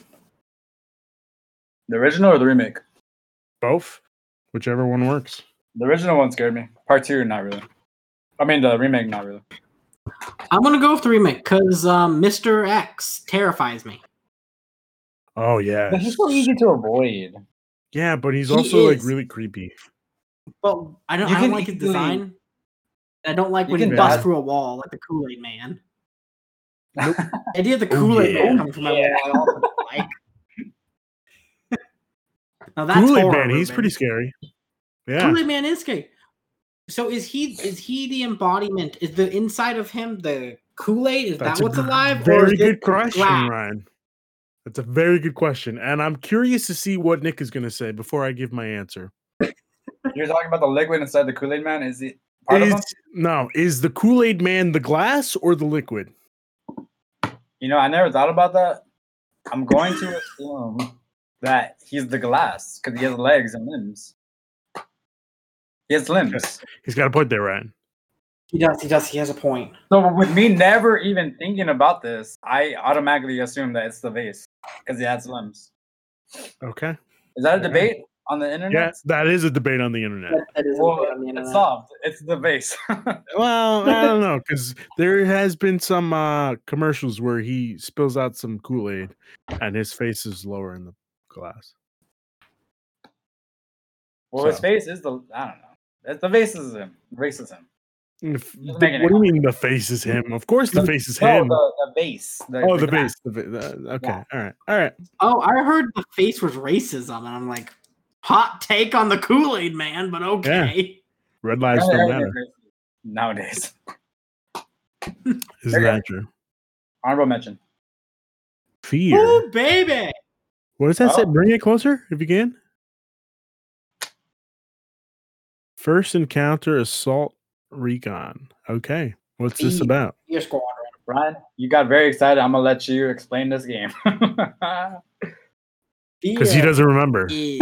The original or the remake?
both, whichever one works.
The original one scared me. Part two, not really. I mean, the remake, not really.
I'm gonna go with the remake because um, Mr. X terrifies me.
Oh yeah.
But he's so easy to avoid.
Yeah, but he's
He
also like
is.
really creepy.
But I don't.
You
I don't
can
like his
easily-
design. I don't like
You
when he
can
busts
dodge-
through a wall like the Kool Aid Man.
Nope.
The idea of the
Oh,
Kool Aid
yeah.
Man coming from my
Yeah.
wall, I also don't like. now that's
Kool Aid
horror,
Man, he's
Ruben.
pretty scary. Yeah.
Kool Aid Man is scary. So is he? Is he the embodiment? Is the inside of him the Kool Aid? Is
That's
that
a
what's alive? or
Very
is it
good question,
glass?
Ryan. That's a very good question. And I'm curious to see what Nick is gonna say before I give my answer.
You're talking about the liquid inside the Kool Aid Man? Is it part of him?
Is, no, is the Kool-Aid man the glass or the liquid?
You know, I never thought about that. I'm going to assume that he's the glass because he has legs and limbs. He has limbs.
He's got a point there, Ryan.
He does. He does. He has a point.
So with me never even thinking about this, I automatically assume that it's the vase because he has limbs.
Okay.
Is that a
Okay.
debate on the internet?
Yeah, that is a debate on the internet.
That- that is a
Well,
debate on the
it's
internet.
solved. It's the vase.
Well, I don't know because there has been some uh, commercials where he spills out some Kool Aid, and his face is lower in the glass.
well, his
So.
face is the I don't know. It's the vase is him. The vase is him.
If- the-
Doesn't
what
make any
do you mean the face is him? Of course, the face is
No,
him.
the, the vase.
Oh, the face.
glass.
The, fa- the- okay,
Yeah.
all right, all right.
Oh, I heard the face was racism, and I'm like, hot take on the Kool Aid Man, but okay.
Red lives
Yeah,
don't
yeah,
matter.
yeah. Nowadays,
Isn't
Okay.
that true?
honorable mention.
Fear.
Oh baby,
What does that say?
Oh.
Bring it closer if you can. First encounter assault recon. Okay, what's this
Fear.
about?
your squadron.
Ryan, you got very excited. I'm gonna let you explain this game.
Because he
Fear
doesn't remember.
is-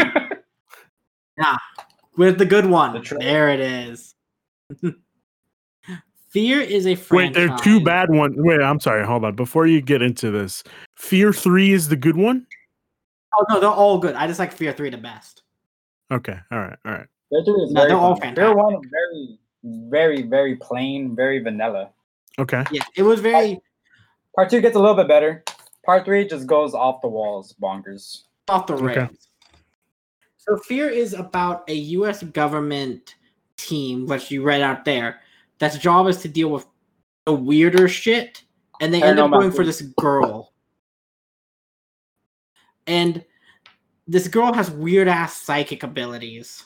nah, with the good one.
The tra-
there it is. Fear is a
Wait,
franchise.
there are two bad ones. Wait, I'm sorry. Hold on. Before you get into this, Fear 3 is the good one?
Oh no, they're all good. I just like Fear Three the best.
Okay. All right. All right.
Their two is
No,
very
they're all
fun. Their one is very, very, very plain, very vanilla.
Okay.
Yeah, it was very
Part two gets a little bit better. Part three just goes off the walls, bonkers.
off the rails.
Okay.
So Fear is about a U.S. government team, which you read out there, that's job is to deal with the weirder shit, and they end up
Paranormal
going for
activity.
this girl. And this girl has weird ass psychic abilities.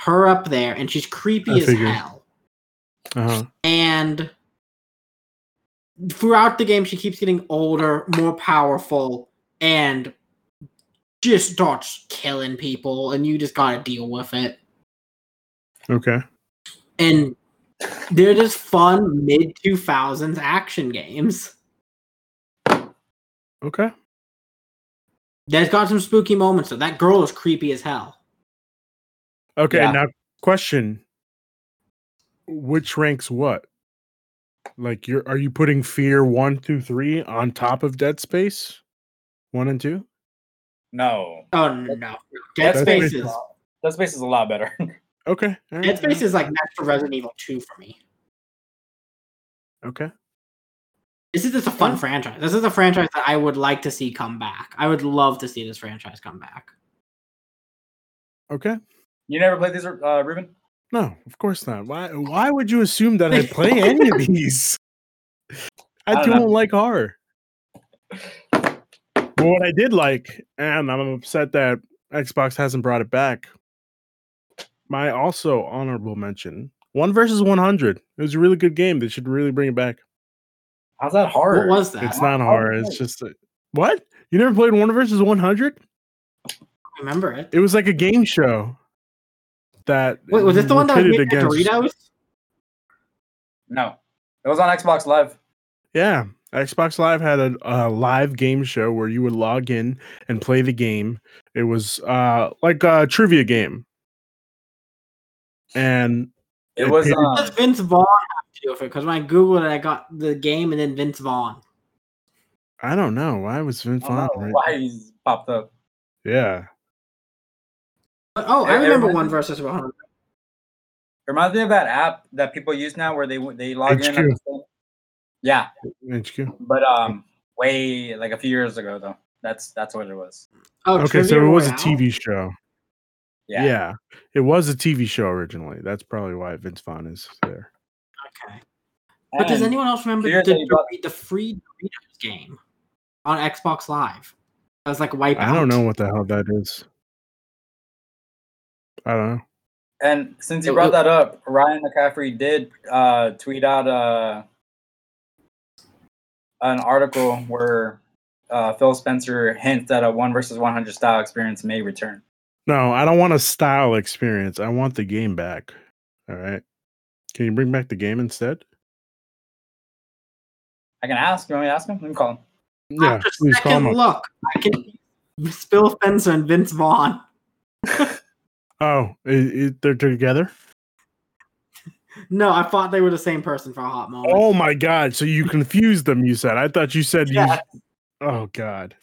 Her up there, and she's creepy
I
as
figured.
hell.
Uh-huh.
And throughout the game, she keeps getting older, more powerful, and just starts killing people, and you just gotta deal with it.
Okay.
And they're just fun mid 2000s action games.
Okay.
That's got some spooky moments, though. That girl is creepy as hell.
Okay.
Yeah.
Now, question Which ranks what? Like, you're are you putting Fear 1, 2, 3 on top of Dead Space 1 and 2?
No,
Oh, no. no. Dead
That's
Space
pretty
is,
that space is a lot better.
Okay. all right,
Dead
all
Space is like next to Resident Evil 2 for me.
right, Okay.
This is just a fun franchise. This is a franchise that I would like to see come back. I would love to see this franchise come back.
Okay.
you never played these, uh, Ruben?
No, of course not. Why? Why would you assume that I play any of these? I,
I don't
don't,
know.
like horror. But what I did like, and I'm upset that Xbox hasn't brought it back. My also honorable mention: One versus 100. It was a really good game. They should really bring it back.
How's that hard?
What was that?
It's
not
not horror.
horror.
It's just a- what you never played One versus 100.
I don't remember it.
It was like a game show. That
Wait, was this the one that was made
pitted
by Doritos?
No, it was on Xbox Live.
Yeah. Xbox Live had a, a live game show where you would log in and play the game. It was uh, like a trivia game. And
It,
It
was.
paid-
What does
Um,
Vince Vaughn have to do with it? Because when I googled it, I got the game and then Vince Vaughn.
I don't know. Why was Vin
I don't know
Fon? Right?
why he's popped up?
Yeah.
But- oh, I
Yeah,
remember
everyone-
one versus one hundred.
Reminds me of that app that people use now where they they log in. at
HQ.
the same- Yeah,
HQ.
but um, way like a few years ago though. That's that's what it was.
Oh,
Okay, so
Trivia
it was a
Royale?
TV show. Yeah.
Yeah.
It was a TV show originally. That's probably why Vince Vaughn is there.
Okay, but does
And
anyone else remember the,
here's a-
Dor- the free Doritos game on Xbox Live? That was like wipe.
I don't know what the hell that is. I don't know.
And since you
It-
brought
it-
that up, Ryan McCaffrey did uh, tweet out uh, an article where uh, Phil Spencer hints that a one versus one hundred style experience may return.
No, I don't want a style experience. I want the game back. All right. Can you bring back the game instead?
I can ask. You want me to ask him? Let me call him.
Yeah,
After
please call
second
him. up.
look, I can Bill Spencer and Vince Vaughn.
Oh, i i they're together.
No, I thought they were the same person for a hot moment.
Oh my god! So you confused them? You said. I thought you said.
yeah,
You, oh god.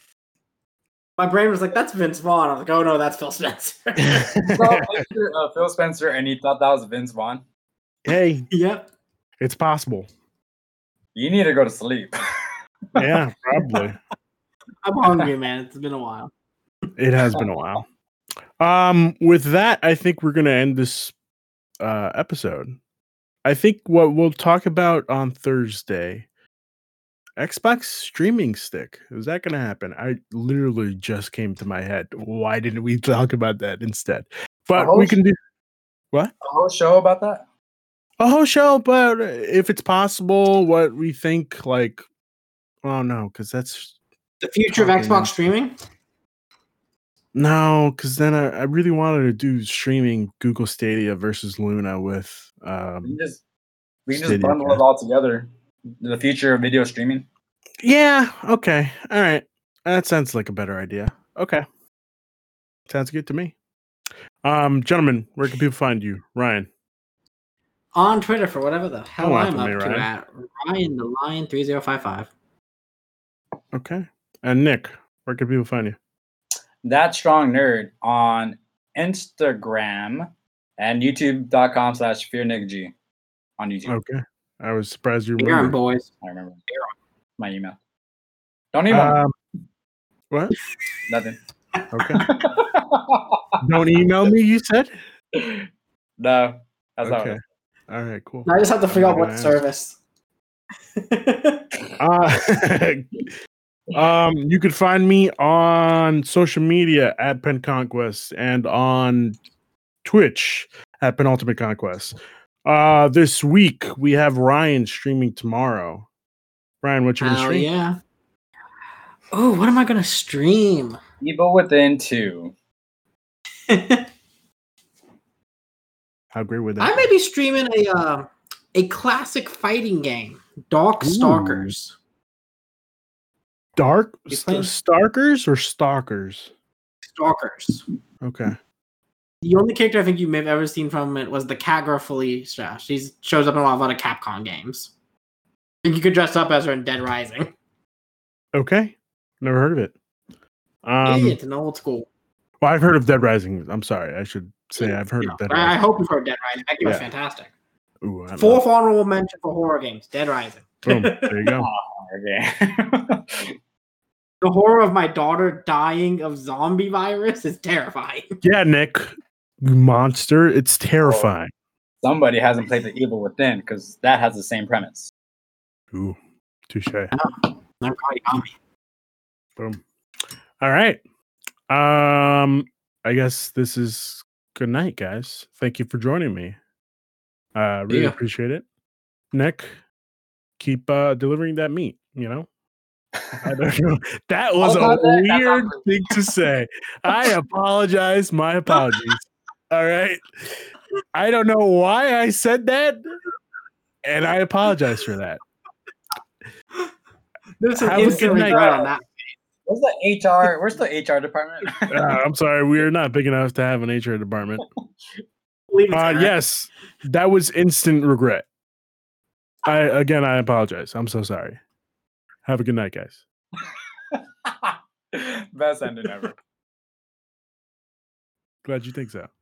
my brain was like, "That's Vince Vaughn." I was like, "Oh no, that's Phil Spencer."
Saw a picture of uh, Phil Spencer, and he thought that was Vince Vaughn.
hey,
yep.
it's possible.
You need to go to sleep.
Yeah, probably.
I'm hungry, man. It's been a while.
It has been a while. Um, with that, I think we're gonna end this uh episode. I think what we'll talk about on Thursday, Xbox streaming stick. Is that gonna happen? I literally just came to my head. Why didn't we talk about that instead? But we
whole
can do
A whole show about that.
a whole show, but if it's possible, what we think, like oh no, because that's
The future of
Talking
Xbox
about-
streaming.
No, because then I, I really wanted to do streaming Google Stadia versus Luna with
We
um
can just we can just
Stadia
bundle it
Cast.
all together. The future of video streaming.
Yeah, okay. All right. That sounds like a better idea. Okay. Sounds good to me. Um, gentlemen, where can people find you? Ryan.
on Twitter for whatever the hell
Come
I'm
after me,
up to
Ryan.
at Ryan the Lion three zero five five.
Okay. And Nick, where can people find you?
that strong nerd on Instagram and youtube.com slash fear Nick G on YouTube.
Okay. I was surprised you
You're on
remembered.
boys.
I remember my email. Don't email me,
Um, what?
nothing.
Okay. Don't email me, you said?
no, that's not what
Okay.
it-
All right, cool.
I just have to
I'm
figure out
not gonna
what
ask.
service.
Uh, um, you can find me on social media at Pen Conquest and on Twitch at Penultimate Conquest. Uh, this week we have Ryan streaming tomorrow. Ryan, what you gonna
Hell
stream?
yeah. Oh, what am I gonna stream?
Evil Within 2.
I
How great would that?
may be streaming a uh, a classic fighting game, Dark
Ooh.
Stalkers.
Dark
You
st-
playing-
Starkers or Stalkers?
Stalkers.
Okay.
The only character I think you may have ever seen from it was the Kagra Felicia. She shows up in a lot of other Capcom games. I think you could dress up as her in Dead Rising.
Okay. Never heard of it. Um,
yeah, it's an old school.
well, I've heard of Dead Rising. I'm sorry. I should say I've heard
Yeah.
of Dead
I, I
Rising.
hope you've heard Dead Rising. That game was
Yeah.
fantastic.
Ooh, I love- Oh,
Fourth honorable mention for horror games, Dead Rising.
Boom. There you go.
Okay.
The horror of my daughter dying of zombie virus is terrifying.
Yeah, Nick, you monster. It's terrifying.
somebody hasn't played the Evil Within because that has the same premise.
Ooh, touche.
They're probably on me.
Boom. All right. Um, I guess this is good night, guys. Thank you for joining me. Uh, really
Yeah.
appreciate it. Nick, keep uh delivering that meat. You know, I don't know. That was a
about that? That's
weird
awkward.
thing to say. I apologize. My apologies. All right. I don't know why I said that, and I apologize for that.
There's an
Have a good
instant
night,
regret
guys.
on that.
What's the HR? Where's the HR department?
Uh, I'm sorry. We are not big enough to have an HR department.
Believe it's
Uh,
correct.
yes, that was instant regret. I again, I apologize. I'm so sorry. Have a good night, guys.
Best ending ever.
Glad you think so.